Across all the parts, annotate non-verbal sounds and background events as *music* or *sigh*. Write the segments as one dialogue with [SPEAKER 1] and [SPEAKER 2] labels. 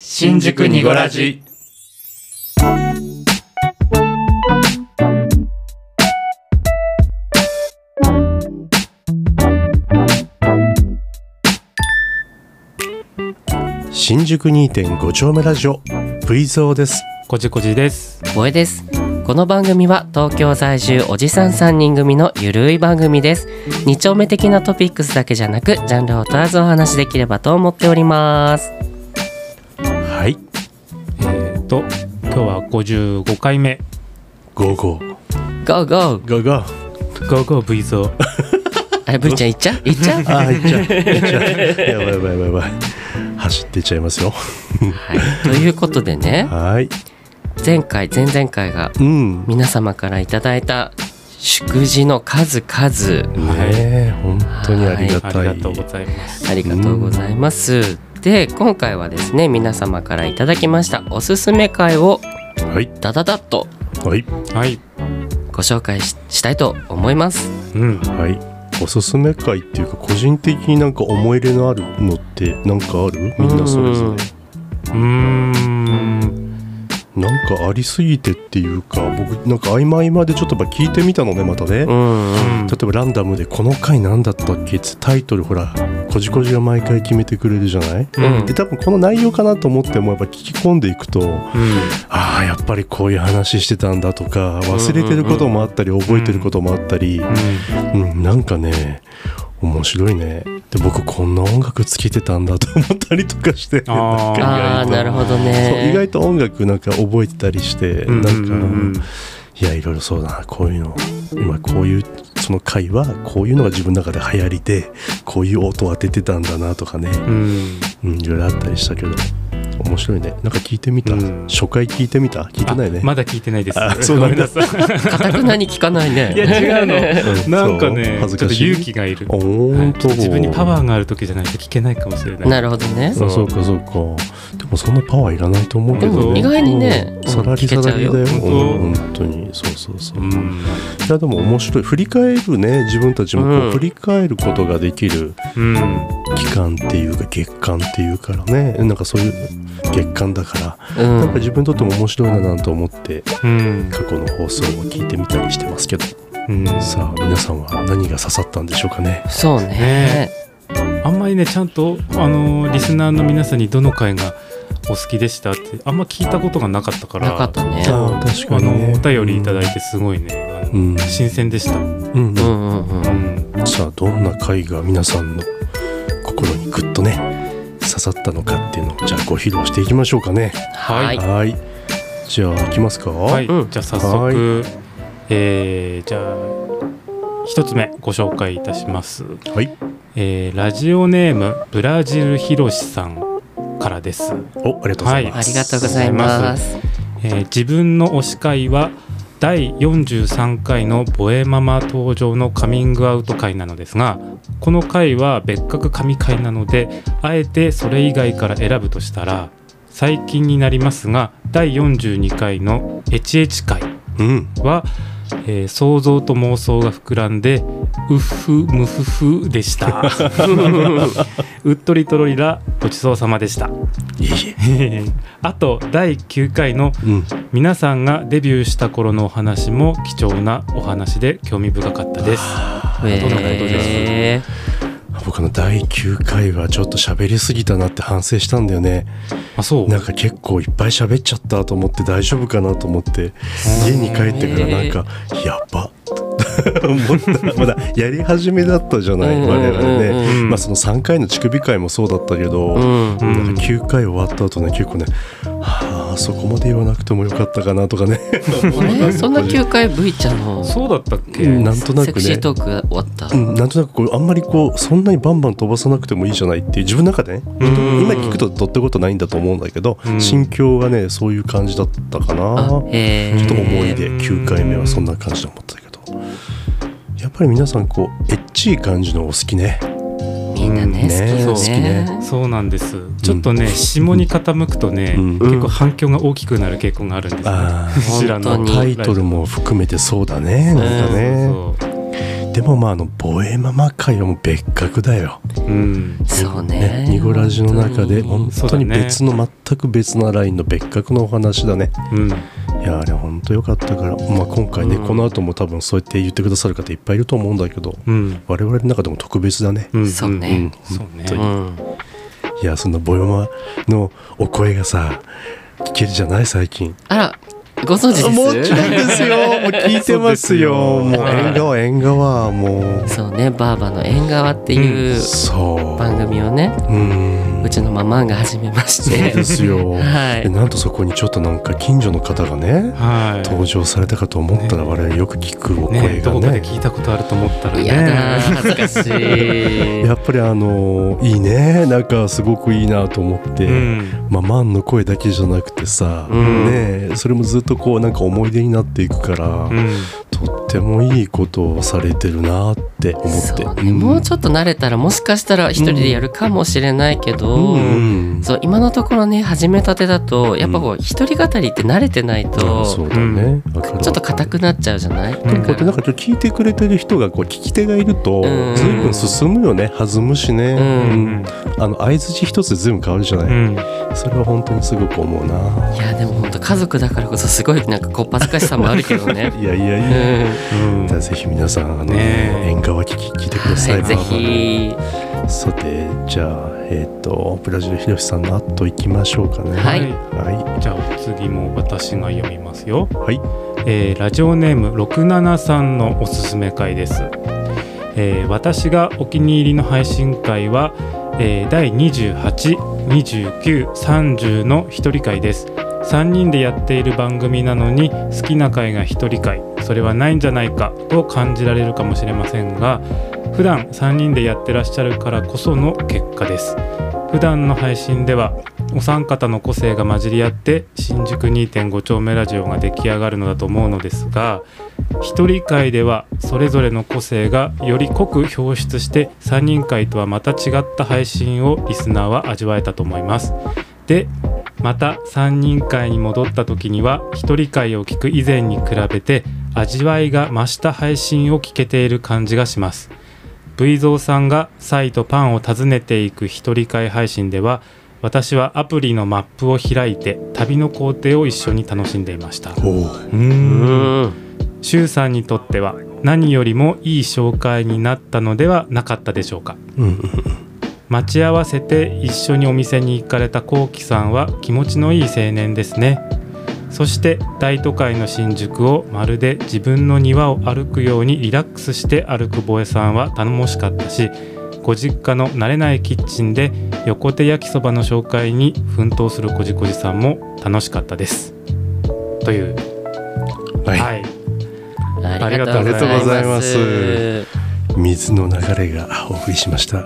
[SPEAKER 1] 新宿にごラジ。
[SPEAKER 2] 新宿2.5丁目ラジオプイゾーです
[SPEAKER 3] こじこじです。
[SPEAKER 1] 萌えです。この番組は東京在住おじさん3人組のゆるい番組です。二丁目的なトピックスだけじゃなく、ジャンルを問わずお話しできればと思っております。
[SPEAKER 2] はい
[SPEAKER 3] えー、と、今日は55回目。
[SPEAKER 2] ゴーゴー
[SPEAKER 1] GO!GO!
[SPEAKER 2] ゴーゴー
[SPEAKER 3] GoGo V ゾー。
[SPEAKER 1] あれ、ブイちゃん行っちゃう行っちゃう
[SPEAKER 2] あーいっちゃういっちゃうやばいやばいやばいやばい走っていっちゃいますよ
[SPEAKER 1] はい。ということでね、
[SPEAKER 2] はい
[SPEAKER 1] 前回、前々回が
[SPEAKER 2] うんね
[SPEAKER 1] 皆様からいただいた祝辞の数々、
[SPEAKER 2] え本当にありが
[SPEAKER 3] あ
[SPEAKER 2] たい
[SPEAKER 3] りがとうございます。
[SPEAKER 1] ありがとうございます。で、今回はですね、皆様からいただきましたおすすめ会を
[SPEAKER 2] はい
[SPEAKER 1] ダダダッと
[SPEAKER 2] はい
[SPEAKER 3] はい。
[SPEAKER 1] ご紹介ししたいと思います。
[SPEAKER 3] うん。
[SPEAKER 2] はいおすすめ会っていうか個人的になんか思い入れのあるのってなんかあるみんなそれぞ
[SPEAKER 3] うーん。
[SPEAKER 2] れなんかありすぎてっていうか僕なんか曖昧までちょっとやっぱ聞いてみたのねまたね、
[SPEAKER 1] うんうん
[SPEAKER 2] 例えばランダムで「この回何だったっけ?」ってタイトルほらこじこじが毎回決めてくれるじゃない、
[SPEAKER 3] うん
[SPEAKER 2] で多分この内容かなと思ってもやっぱ聞き込んでいくと
[SPEAKER 3] うん。
[SPEAKER 2] ああやっぱりこういう話してたんだとか忘れてることもあったり覚えてることもあったり、うんなんかね面白いねで僕こんな音楽つけてたんだと思ったりとかして
[SPEAKER 3] あー
[SPEAKER 2] なん
[SPEAKER 1] あ
[SPEAKER 2] か
[SPEAKER 1] あな
[SPEAKER 2] 意外と
[SPEAKER 1] るほど
[SPEAKER 2] そう意
[SPEAKER 1] ね
[SPEAKER 2] 外と音楽なんか覚えてたりして、
[SPEAKER 3] うん。
[SPEAKER 2] な
[SPEAKER 3] うんん
[SPEAKER 2] か。
[SPEAKER 3] うん
[SPEAKER 2] いやいろいろそうだなこういうの今こういうその回はこういうのが自分の中で流行りでこういう音を当ててたんだなとかね、
[SPEAKER 3] うん。
[SPEAKER 2] うん、いろいろあったりしたけど面白いねなんか聞いてみた、
[SPEAKER 3] うん
[SPEAKER 2] 初回聞いてみた聞いてないね
[SPEAKER 3] あまだ聞いてないです
[SPEAKER 2] あ。そう
[SPEAKER 3] ご
[SPEAKER 2] な
[SPEAKER 3] め
[SPEAKER 2] ん
[SPEAKER 3] ん
[SPEAKER 2] だ
[SPEAKER 3] なさい。
[SPEAKER 1] かたくなに聞かない
[SPEAKER 2] *laughs*
[SPEAKER 1] ね
[SPEAKER 3] いや違う
[SPEAKER 2] うん
[SPEAKER 3] の。なんか
[SPEAKER 2] そう
[SPEAKER 3] ね、
[SPEAKER 2] 恥ず
[SPEAKER 3] ちょっ
[SPEAKER 2] か
[SPEAKER 3] と
[SPEAKER 2] しい
[SPEAKER 3] 勇気がいる。
[SPEAKER 2] あ
[SPEAKER 3] はい
[SPEAKER 2] 本
[SPEAKER 3] ちょ
[SPEAKER 2] 当、
[SPEAKER 3] っと自分にパワーがある時じゃないと聞けないかもしれない。
[SPEAKER 1] なるほどね
[SPEAKER 2] そうそうかそうかでもそんなパワーいらないと思うけ
[SPEAKER 3] で
[SPEAKER 2] ど
[SPEAKER 3] も
[SPEAKER 2] ね
[SPEAKER 3] 意
[SPEAKER 1] 外にね
[SPEAKER 2] うんサラリサラリだ
[SPEAKER 1] 聞
[SPEAKER 2] よ
[SPEAKER 1] け
[SPEAKER 3] ちゃうよ
[SPEAKER 2] うん本当にそうそうそう、
[SPEAKER 3] う
[SPEAKER 2] い
[SPEAKER 3] ん。
[SPEAKER 2] やでも面白い振り返るね自分たちもこう
[SPEAKER 1] うん
[SPEAKER 2] 振り返ることができる、
[SPEAKER 3] うん。
[SPEAKER 2] 期間っていうか月間っていうからねなんかそういう月間だか
[SPEAKER 1] う
[SPEAKER 2] ら、なんか
[SPEAKER 1] ん
[SPEAKER 2] 自分にとっても面白いななんて思って
[SPEAKER 3] うん。
[SPEAKER 2] 過去の放送を聞いてみたりしてますけど
[SPEAKER 3] うん。
[SPEAKER 2] さあ皆さんは何が刺さったんでしょうかね
[SPEAKER 1] そうね
[SPEAKER 3] ねあんまりねちゃんとあのーリスナーの皆さんにどの回がお好きでしたってあんま聞いたことがなかったから
[SPEAKER 1] なかったね
[SPEAKER 2] ああ確
[SPEAKER 3] あの
[SPEAKER 2] ね
[SPEAKER 3] ーお便りいただいてすごいね、あの
[SPEAKER 2] うん
[SPEAKER 3] 新鮮でした、う
[SPEAKER 2] うん
[SPEAKER 1] う
[SPEAKER 2] うん
[SPEAKER 1] うんうん
[SPEAKER 3] ん、
[SPEAKER 2] さあどんな回が皆さんの心にグッとね刺さったのかっていうのをじゃあご披露していきましょうかね
[SPEAKER 1] は
[SPEAKER 3] はい
[SPEAKER 2] はいじゃあ行きますか
[SPEAKER 3] は、
[SPEAKER 2] はい
[SPEAKER 1] うん
[SPEAKER 3] じゃあ早速えー、じゃあ一つ目ご紹介いたします、
[SPEAKER 2] はい
[SPEAKER 3] えーラジオネームブラジルひろしさんからです、
[SPEAKER 2] おありがとうござい
[SPEAKER 1] あ
[SPEAKER 2] ま
[SPEAKER 1] り
[SPEAKER 2] す、
[SPEAKER 1] がとうございます
[SPEAKER 3] えー自分の推し会は第43回のボエママ登場のカミングアウト会なのですがこの回は別格神会なのであえてそれ以外から選ぶとしたら最近になりますが第42回の「エチエチ会
[SPEAKER 2] うん」
[SPEAKER 3] は、えー想像と妄想が膨らんで「うっふむふふ」でした。
[SPEAKER 2] *laughs*
[SPEAKER 3] うっとりとろりらごちそうさまでした。
[SPEAKER 2] いえい
[SPEAKER 3] *laughs* あと第9回の
[SPEAKER 2] えうん
[SPEAKER 3] 皆さんがデビューした頃のお話も貴重なお話で興味深かったです。
[SPEAKER 1] えー
[SPEAKER 2] 僕の第9回はちょっと喋りすぎたなって反省したんだよね
[SPEAKER 3] あ、そう。
[SPEAKER 2] なんか結構いっぱい喋っちゃったと思って大丈夫かなと思って家に帰ってからなんかやば *laughs* っ思ったまだやり始めだったじゃない
[SPEAKER 1] うんうん
[SPEAKER 2] 我々
[SPEAKER 1] うん
[SPEAKER 2] ね
[SPEAKER 3] う、ん
[SPEAKER 2] まあ、その3回の乳首会もそうだったけど、
[SPEAKER 1] うん
[SPEAKER 3] うん
[SPEAKER 2] なんか9回終わった後ね結構ねはあそこまで言わなくてもよかったかなとかね
[SPEAKER 1] あれそんな9回ブイちゃんのセ
[SPEAKER 3] そうだったっけ。
[SPEAKER 2] なんとなく
[SPEAKER 1] クシ
[SPEAKER 2] ね
[SPEAKER 1] ートーク終わった
[SPEAKER 2] うん、なんとなくこうあんまりこうそんなにバンバン飛ばさなくてもいいじゃないっていう自分の中でね
[SPEAKER 3] ん
[SPEAKER 2] 今聞くとどってことないんだと思うんだけど、
[SPEAKER 3] うん
[SPEAKER 2] 心境がねそういう感じだったかなち
[SPEAKER 1] あ
[SPEAKER 2] ょ
[SPEAKER 1] えー
[SPEAKER 2] っと思い出
[SPEAKER 3] うん
[SPEAKER 2] 9回目はそんな感じで思ったけどやっぱり皆さんこうエッチい感じのお好きね
[SPEAKER 1] みんなね
[SPEAKER 2] ね
[SPEAKER 1] 好きよ
[SPEAKER 2] 好
[SPEAKER 1] ね
[SPEAKER 3] そうなんです。ちょっとね、下に傾くとね、
[SPEAKER 2] うん
[SPEAKER 3] 結構反響が大きくなる傾向があるんですよ、
[SPEAKER 2] あ *laughs*
[SPEAKER 3] 知ら
[SPEAKER 1] 本当
[SPEAKER 3] の
[SPEAKER 1] に
[SPEAKER 2] タイトルも含めてそうだねなんかね
[SPEAKER 3] そうそうそう
[SPEAKER 2] でもまああのボエママ会はもう別格だよ、
[SPEAKER 3] うん
[SPEAKER 1] そうね
[SPEAKER 2] ニゴラジの中で本
[SPEAKER 1] 本
[SPEAKER 2] 当に別の、全く別なラインの別格のお話だね
[SPEAKER 3] うん、
[SPEAKER 2] いやあれ本当良かったから、まあ、今回ね、
[SPEAKER 3] うん
[SPEAKER 2] この後も多分そうやって言ってくださる方いっぱいいると思うんだけど
[SPEAKER 3] うん、
[SPEAKER 2] 我々の中でも特別だね、
[SPEAKER 3] うん、
[SPEAKER 1] そうね
[SPEAKER 2] うん
[SPEAKER 3] そうね
[SPEAKER 2] 本当
[SPEAKER 1] う
[SPEAKER 2] に
[SPEAKER 1] ん
[SPEAKER 2] いやそのボヨマのお声がさ聞けるじゃない最近
[SPEAKER 1] あらご存知
[SPEAKER 2] もちろん
[SPEAKER 1] で
[SPEAKER 2] ですよもう聞いてますよ
[SPEAKER 3] そうです
[SPEAKER 2] も
[SPEAKER 3] よ
[SPEAKER 2] う縁側縁側も
[SPEAKER 1] すそうねバーバの縁側っていうう
[SPEAKER 2] そう
[SPEAKER 1] 番組をね
[SPEAKER 2] うん
[SPEAKER 1] うちのママンが始めまし
[SPEAKER 2] そうで
[SPEAKER 1] て
[SPEAKER 2] すよ、
[SPEAKER 1] はい
[SPEAKER 2] でなんとそこにちょっとなんか近所の方がね
[SPEAKER 3] はい
[SPEAKER 2] 登場されたかと思ったら我々よく聞くお声が
[SPEAKER 3] ね
[SPEAKER 2] ね
[SPEAKER 3] どこかで聞いたことあると思ったらね
[SPEAKER 1] やだー恥ずかしい
[SPEAKER 2] やっぱりあのいいねなんかすごくいいなと思って、
[SPEAKER 3] うん、
[SPEAKER 2] まあマンの声だけじゃなくてさ、
[SPEAKER 1] うん
[SPEAKER 2] ねえそれもずっとこうなんか思い出になっていくから、
[SPEAKER 3] うん、
[SPEAKER 2] とってもいいことをされてるなって思って
[SPEAKER 1] そうね、もうちょっと慣れたらもしかしたら一人でやるかもしれないけど、
[SPEAKER 2] うん
[SPEAKER 1] そう今のところね始めたてだとやっぱこう一人語りって慣れてない
[SPEAKER 2] あ
[SPEAKER 1] と、
[SPEAKER 2] そうだね、わかるわかる
[SPEAKER 1] ちょっと硬くなっちゃうじゃない、
[SPEAKER 3] ん
[SPEAKER 1] だ
[SPEAKER 2] こうや
[SPEAKER 1] か
[SPEAKER 2] って
[SPEAKER 1] ら
[SPEAKER 2] なんかちょっと聞いてくれてる人がこう聞き手がいると
[SPEAKER 1] うん
[SPEAKER 2] 随分進むよね弾むしね、
[SPEAKER 1] うん
[SPEAKER 2] うんあの相づち一つで随分変わるじゃ
[SPEAKER 3] う
[SPEAKER 2] ない、
[SPEAKER 3] ん、
[SPEAKER 2] それは本当にすごく思うない
[SPEAKER 1] やでも本当家族だからこそすごいなんかこう恥ずかしさもあるけど
[SPEAKER 2] *laughs*
[SPEAKER 1] ね
[SPEAKER 2] いやい
[SPEAKER 1] うん、
[SPEAKER 2] やいや、
[SPEAKER 1] は
[SPEAKER 3] うん
[SPEAKER 2] じゃあぜひ皆さんあの、
[SPEAKER 3] ねえ
[SPEAKER 2] 縁側聞き聞いてください、
[SPEAKER 1] い、ぜひ
[SPEAKER 2] さてじゃあえっ、とブラジルひろしさんの後行きましょうかね
[SPEAKER 1] はい
[SPEAKER 2] は
[SPEAKER 3] じゃあお次も私が読みますよ、
[SPEAKER 2] はい
[SPEAKER 3] えーラジオネーム67さんのおすすめ回です、えー私がお気に入りの配信会は、えー、第282930の一人会です3人でやっている番組なのに好きな回が一人会それはないんじゃないかと感じられるかもしれませんが普段3人でやってらっしゃるからこその結果です普段の配信ではお三方の個性が混じり合って新宿2.5丁目ラジオが出来上がるのだと思うのですが一人会ではそれぞれの個性がより濃く表出して3人会とはまた違った配信をリスナーは味わえたと思います。でまた3人会に戻った時には一人会を聞く以前に比べて味わいが増した配信を聞けている感じがします V 蔵さんがサイとパンを訪ねていく一人会配信では私はアプリのマップを開いて旅の工程を一緒に楽しんでいました
[SPEAKER 2] おう
[SPEAKER 1] うん
[SPEAKER 3] シュウさんにとっては何よりもいい紹介になったのではなかったでしょうか
[SPEAKER 2] うんうん
[SPEAKER 3] 待ち合わせて一緒にお店に行かれたこうきさんは気持ちのいい青年ですねそして大都会の新宿をまるで自分の庭を歩くようにリラックスして歩くボエさんは頼もしかったしご実家の慣れないキッチンで横手焼きそばの紹介に奮闘するこじこじさんも楽しかったですという
[SPEAKER 2] はい、
[SPEAKER 3] はい、
[SPEAKER 1] ありがとうございます
[SPEAKER 2] ありがとうご水の流れがお送りしました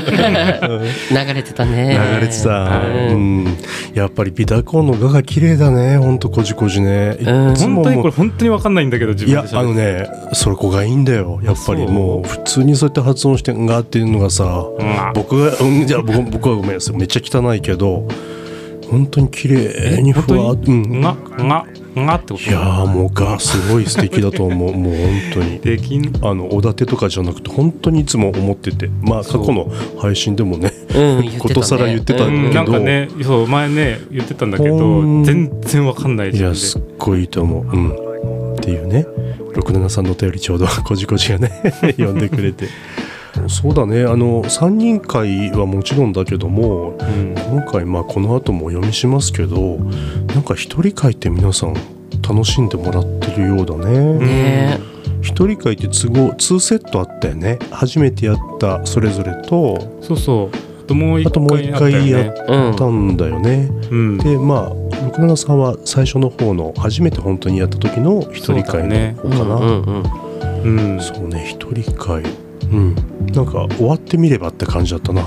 [SPEAKER 1] 流れてたね
[SPEAKER 2] 流れてた、
[SPEAKER 1] はい
[SPEAKER 2] うん、やっぱりビタコンの画が綺麗だねほんとこじこじね、
[SPEAKER 1] うん
[SPEAKER 2] いつも
[SPEAKER 3] 本当に
[SPEAKER 2] も
[SPEAKER 3] こ
[SPEAKER 2] う
[SPEAKER 3] れ本当に分かんないんだけど自
[SPEAKER 2] いや
[SPEAKER 3] 分でし
[SPEAKER 2] あ
[SPEAKER 3] ゃべ
[SPEAKER 2] のねそこがいいんだよやっぱ
[SPEAKER 3] そ
[SPEAKER 2] り
[SPEAKER 3] う
[SPEAKER 2] もう普通にそうやって発音して「んが」っていうのがさ僕が、うん、じゃあ僕僕はごめんなさいめっちゃ汚いけど本当に綺麗にふわっと、うん、い
[SPEAKER 3] がががってこと
[SPEAKER 2] やーもうがすごい素敵だと思う
[SPEAKER 3] *laughs*
[SPEAKER 2] もう本当に
[SPEAKER 3] できん
[SPEAKER 2] あのおだてとかじゃなくて本当にいつも思っててまあ過
[SPEAKER 3] そう
[SPEAKER 2] 去の配信でもね
[SPEAKER 1] うん言ってたね
[SPEAKER 2] ことさら言ってた
[SPEAKER 1] う
[SPEAKER 2] け
[SPEAKER 1] ん
[SPEAKER 2] ど
[SPEAKER 3] なんかねそう前ね言ってたんだけ
[SPEAKER 2] うん
[SPEAKER 3] ど全然わかんない
[SPEAKER 2] い
[SPEAKER 3] 自分
[SPEAKER 2] や
[SPEAKER 3] です
[SPEAKER 2] っごいいいと思う、うん、っていうね67さんのお便りちょうど *laughs* こじこじがね呼んでくれてそうだねあの3人会はもちろんだけども
[SPEAKER 3] うん
[SPEAKER 2] 今回まあこの後もお読みしますけどなんか一人会って皆さん楽しんでもらってるようだね
[SPEAKER 1] ね
[SPEAKER 2] 一人会って都合2セットあったよね初めてやったそれぞれと
[SPEAKER 3] そうそうあともう
[SPEAKER 2] あ
[SPEAKER 3] 一
[SPEAKER 2] ともう一
[SPEAKER 3] 回あった
[SPEAKER 2] 回
[SPEAKER 3] よ
[SPEAKER 2] や
[SPEAKER 3] ね
[SPEAKER 1] うん
[SPEAKER 2] ったんだよね、
[SPEAKER 3] うん
[SPEAKER 2] でまあ67さんは最初の方の初めて本当にやった時の一人会の方
[SPEAKER 1] う
[SPEAKER 2] かな、
[SPEAKER 1] んうんうん
[SPEAKER 3] うん
[SPEAKER 2] そうね一人会うんなんか終わってみればって感じだったな、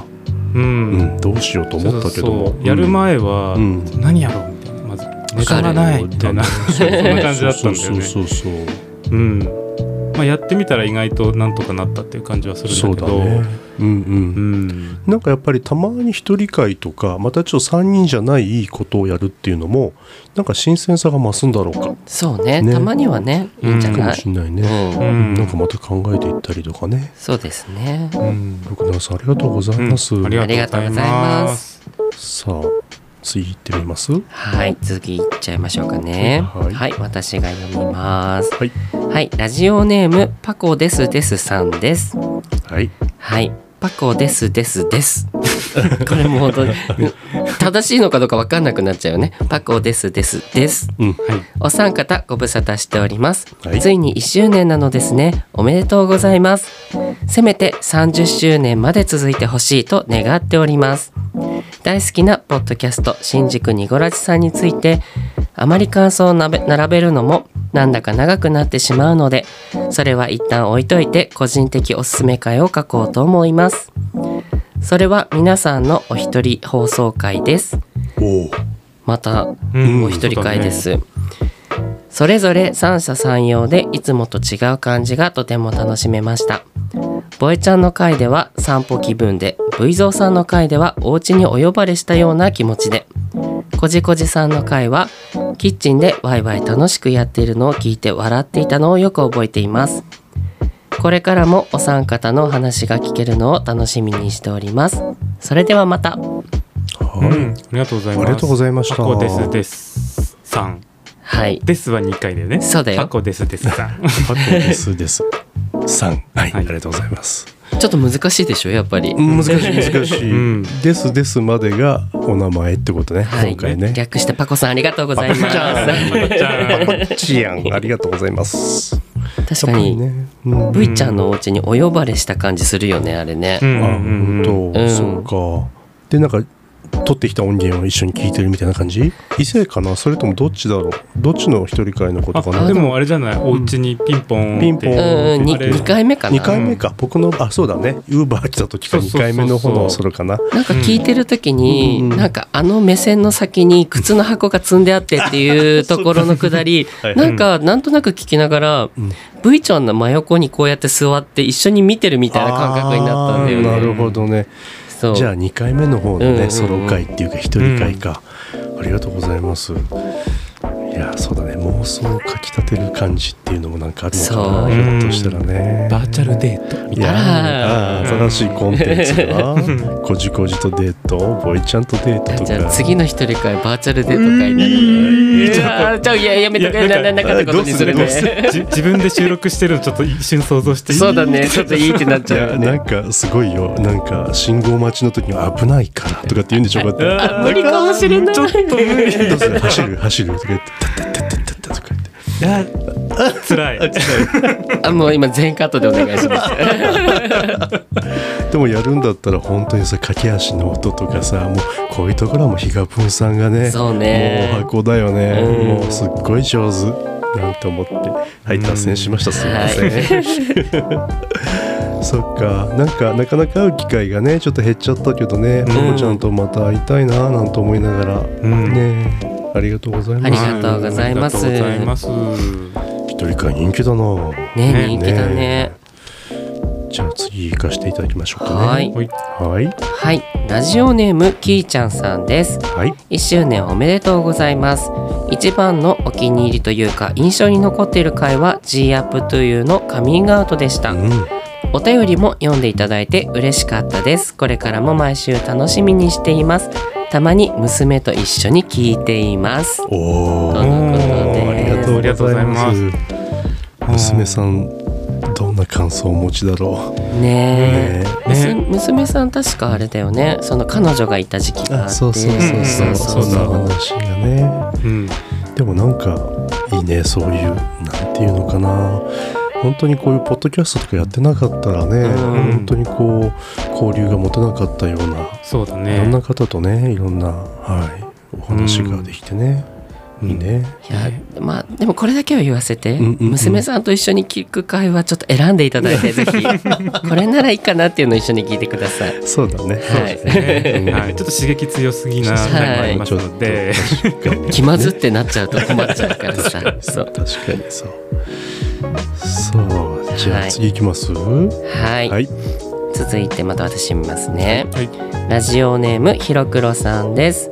[SPEAKER 3] う
[SPEAKER 2] うんん、どうしようと
[SPEAKER 3] そ
[SPEAKER 2] 思
[SPEAKER 3] う
[SPEAKER 2] ったけど
[SPEAKER 3] そ
[SPEAKER 2] も
[SPEAKER 3] うやる前は
[SPEAKER 2] うん
[SPEAKER 3] 何やろうみたいなまずネタがないみたいなそんな感じだったんだよね
[SPEAKER 2] そうそうそうそ
[SPEAKER 3] う
[SPEAKER 2] う
[SPEAKER 3] んまあ、やってみたら意外となんとかなったっていう感じはする
[SPEAKER 2] そ
[SPEAKER 3] ん
[SPEAKER 2] う
[SPEAKER 3] だ
[SPEAKER 2] だ
[SPEAKER 3] けど
[SPEAKER 2] ねうん
[SPEAKER 3] う
[SPEAKER 2] う
[SPEAKER 3] んん
[SPEAKER 2] なんかやっぱりたまに一人会とかまたちょっと3人じゃないいいことをやるっていうのもなんか新鮮さが増すんだろうか
[SPEAKER 1] そうね
[SPEAKER 2] ね
[SPEAKER 1] たまにはねいいんじゃ
[SPEAKER 2] か
[SPEAKER 1] な
[SPEAKER 2] も
[SPEAKER 1] い
[SPEAKER 2] し、んないね、
[SPEAKER 1] うん
[SPEAKER 3] うん
[SPEAKER 2] なんかまた考えていったりとかね
[SPEAKER 1] そうですね
[SPEAKER 3] うん
[SPEAKER 2] 六七さんありがとうございます、
[SPEAKER 3] うんあり
[SPEAKER 1] ありが
[SPEAKER 3] が
[SPEAKER 1] と
[SPEAKER 3] と
[SPEAKER 1] う
[SPEAKER 3] う
[SPEAKER 1] ご
[SPEAKER 3] ご
[SPEAKER 1] ざ
[SPEAKER 3] ざ
[SPEAKER 1] い
[SPEAKER 3] い
[SPEAKER 1] ま
[SPEAKER 3] ますす
[SPEAKER 2] さあ次行ってみますは
[SPEAKER 1] はい次いっちゃいましょうかねは、
[SPEAKER 2] はいい
[SPEAKER 1] 私が読みます
[SPEAKER 2] い
[SPEAKER 1] はいラジオネームパコですですさんです
[SPEAKER 2] はい
[SPEAKER 1] はいパコですですです *laughs* これも本当に正しいのかどうかわかんなくなっちゃうよねパコですですです
[SPEAKER 2] うん
[SPEAKER 1] お三方ご無沙汰しております、
[SPEAKER 2] はい
[SPEAKER 1] ついに1周年なのですねおめでとうございますせめて30周年まで続いてほしいと願っております大好きなポッドキャスト新宿にごらじさんについてあまり感想をなべ並べるのもなんだか長くなってしまうのでそれは一旦置いといて個人的おすすめ会を書こうと思いますそれは皆さんのお一人放送会です
[SPEAKER 2] おお
[SPEAKER 1] また
[SPEAKER 3] うん
[SPEAKER 1] お一人会で
[SPEAKER 3] そ
[SPEAKER 1] す、それぞれ三者三様でいつもと違う感じがとても楽しめましたボエちゃんの会では散歩気分で V ゾウさんの会ではお家にお呼ばれしたような気持ちでこじこじさんの会はキッチンでワイワイ楽しくやっているのを聞いて笑っていたのをよく覚えていますこれからもお三方のお話が聞けるのを楽しみにしておりますそれではまた
[SPEAKER 3] う
[SPEAKER 2] はい、
[SPEAKER 3] んありがとうござい
[SPEAKER 2] あ
[SPEAKER 3] ます
[SPEAKER 2] りがとうございました
[SPEAKER 3] パコですですさん
[SPEAKER 1] はい
[SPEAKER 3] ですは2回だよね
[SPEAKER 1] そうだよ
[SPEAKER 3] パコですですさ
[SPEAKER 1] *laughs*
[SPEAKER 3] ん
[SPEAKER 2] パコですですさんは
[SPEAKER 3] は
[SPEAKER 2] い、
[SPEAKER 3] い
[SPEAKER 2] ありがとうございます
[SPEAKER 1] ちょっと難しいでしょやっぱり
[SPEAKER 2] 難しい難しい、
[SPEAKER 3] うん
[SPEAKER 2] ですですまでがお名前ってことね、
[SPEAKER 1] はい、
[SPEAKER 2] 今回ね
[SPEAKER 1] 略してパコさんありがとうございます。
[SPEAKER 3] パコちゃん
[SPEAKER 2] パコチアンありがとうございます
[SPEAKER 1] 確かに、
[SPEAKER 2] ね、うん、
[SPEAKER 1] V ちゃんのお家にお呼ばれした感じするよね、あれね。
[SPEAKER 3] うん
[SPEAKER 2] あ
[SPEAKER 3] うんうん
[SPEAKER 2] 本当、
[SPEAKER 1] うん
[SPEAKER 2] そうかでなんか取ってきた音源を一緒に聞いてるみたいな感じ異性かなそれともどっちだろうどっちの一人会のことか
[SPEAKER 3] あ
[SPEAKER 2] な
[SPEAKER 3] でもあれじゃないお家にピンポンって
[SPEAKER 2] ピンポン
[SPEAKER 1] うん、うん、に
[SPEAKER 2] あれ
[SPEAKER 1] 二回目かな。
[SPEAKER 2] 2回目か、僕のあそうだねウーバー来た時か
[SPEAKER 3] そう
[SPEAKER 2] 2
[SPEAKER 3] そうそうそう
[SPEAKER 2] 回目の方のそれかな
[SPEAKER 1] なんか聞いてる時に、
[SPEAKER 2] うん
[SPEAKER 1] なんかあの目線の先に靴の箱が積んであってっていうところのくだり、
[SPEAKER 2] *laughs* はい
[SPEAKER 1] なんかなんとなく聞きながら、V ちゃんの真横にこうやって座って一緒に見てるみたいな感覚になったんだよね。
[SPEAKER 2] あーなるほどね
[SPEAKER 1] そう
[SPEAKER 2] じゃあ2回目の方のね、
[SPEAKER 1] うんうんうん
[SPEAKER 2] ソロ会っていうか一人会か、ありがとうございますいやそうだね妄想をかきたてる感じっていうのもなんかあるのか
[SPEAKER 1] そう
[SPEAKER 2] なひょっとしたらね
[SPEAKER 3] バーチャルデートみ
[SPEAKER 2] い
[SPEAKER 3] たい
[SPEAKER 2] や
[SPEAKER 1] あら
[SPEAKER 2] あー新しいコンテンツだな
[SPEAKER 1] *laughs*
[SPEAKER 2] こじこじとデートボイちゃんとデートと
[SPEAKER 1] じゃあ
[SPEAKER 2] か
[SPEAKER 1] 次の一人会バーチャルデート会になるね。うわーちょいややめとけ
[SPEAKER 3] いやな
[SPEAKER 1] な
[SPEAKER 3] んか
[SPEAKER 1] ななかったことにする
[SPEAKER 3] な
[SPEAKER 1] ね
[SPEAKER 2] どう。す
[SPEAKER 3] じ自分で収録してるのちょっと一瞬想像していい
[SPEAKER 1] そうだね、ちょっといいってなっ
[SPEAKER 2] い
[SPEAKER 1] ちゃう
[SPEAKER 2] や
[SPEAKER 1] よ
[SPEAKER 2] な
[SPEAKER 1] ね。
[SPEAKER 2] んかすごいよなんか信号待ちの時に危ないからとかって言うんでしょこうやって
[SPEAKER 1] あ無理かもしれない。
[SPEAKER 3] ちょっと無理
[SPEAKER 1] *laughs*
[SPEAKER 2] どうする走る走るとか言ってタッタッタッタッタッタッとか言って
[SPEAKER 3] あ辛い
[SPEAKER 1] あもう今全カットでお願いします。
[SPEAKER 2] でもやるんだったら本当にさ駆け足の音とかさもうこういうところはもう比嘉プンさんがね
[SPEAKER 1] そうね
[SPEAKER 2] もうお箱だよね
[SPEAKER 1] うん
[SPEAKER 2] もうすっごい上手なんて思ってはい達成しましたすいません、
[SPEAKER 1] は
[SPEAKER 2] *laughs* そっかなんかなかなか会う機会がねちょっと減っちゃったけどねまこ、ちゃんとまた会いたいななんて思いながら、
[SPEAKER 3] ん
[SPEAKER 2] ねありがとうござい
[SPEAKER 1] あ
[SPEAKER 2] ま
[SPEAKER 1] り
[SPEAKER 2] す
[SPEAKER 1] がとうございます。
[SPEAKER 3] ありがとうございます
[SPEAKER 2] 一人会人気だない
[SPEAKER 1] ね人気だね
[SPEAKER 2] ね。じゃあ次行かせていただきましょうかね
[SPEAKER 1] はい
[SPEAKER 3] ほい
[SPEAKER 2] はい
[SPEAKER 1] はい、ラジオネームきーちゃんさんです。
[SPEAKER 2] はい
[SPEAKER 1] 1周年おめでとうございます一番のお気に入りというか印象に残っている回は G アップというのカミングアウトでした
[SPEAKER 2] うん
[SPEAKER 1] お便りも読んでいただいて嬉しかったですこれからも毎週楽しみにしていますたまに娘と一緒に聞いています
[SPEAKER 2] お
[SPEAKER 1] と
[SPEAKER 2] ー
[SPEAKER 1] のこと
[SPEAKER 3] お
[SPEAKER 1] で
[SPEAKER 3] ー
[SPEAKER 2] ありがとうございます娘さんどんな感想をお持ちだろ
[SPEAKER 1] ね
[SPEAKER 2] うね
[SPEAKER 1] え、娘娘さん確かあれだよねその彼女がいた時期があっ
[SPEAKER 2] あ
[SPEAKER 1] て
[SPEAKER 2] そうそうそうそう、
[SPEAKER 1] ん
[SPEAKER 2] そんな話がね
[SPEAKER 3] うん
[SPEAKER 2] でもなんかいいねそういうなんていうのかな本当にこういうポッドキャストとかやってなかったらね、
[SPEAKER 1] うん
[SPEAKER 2] 本当にこう交流が持てなかったような、
[SPEAKER 3] そうだ
[SPEAKER 2] いろん
[SPEAKER 3] ね
[SPEAKER 2] な方とねいろんな、はい、お話ができてね、いいね、
[SPEAKER 1] いやまあでもこれだけは言わせて、
[SPEAKER 2] んうんうん
[SPEAKER 1] 娘さんと一緒に聞く会はちょっと選んでいただい
[SPEAKER 2] *laughs*
[SPEAKER 1] てぜひこれならいいかなっていうのを一緒に聞いてくだ
[SPEAKER 2] *laughs*
[SPEAKER 1] さい
[SPEAKER 2] そうだ
[SPEAKER 1] は
[SPEAKER 2] ね、
[SPEAKER 1] い
[SPEAKER 2] そうです *laughs* ね
[SPEAKER 3] はい、ちょっと刺激強すぎな回もありますので、
[SPEAKER 2] 確かに
[SPEAKER 1] 気まず
[SPEAKER 2] *laughs*
[SPEAKER 1] ってなっちゃうと困っちゃうからさそう
[SPEAKER 2] 確かにそうそうじゃあ次いきますは
[SPEAKER 1] はい、
[SPEAKER 2] い
[SPEAKER 1] 続いてまた私見ますね、
[SPEAKER 3] はい
[SPEAKER 1] ラジオネームひろくろさんです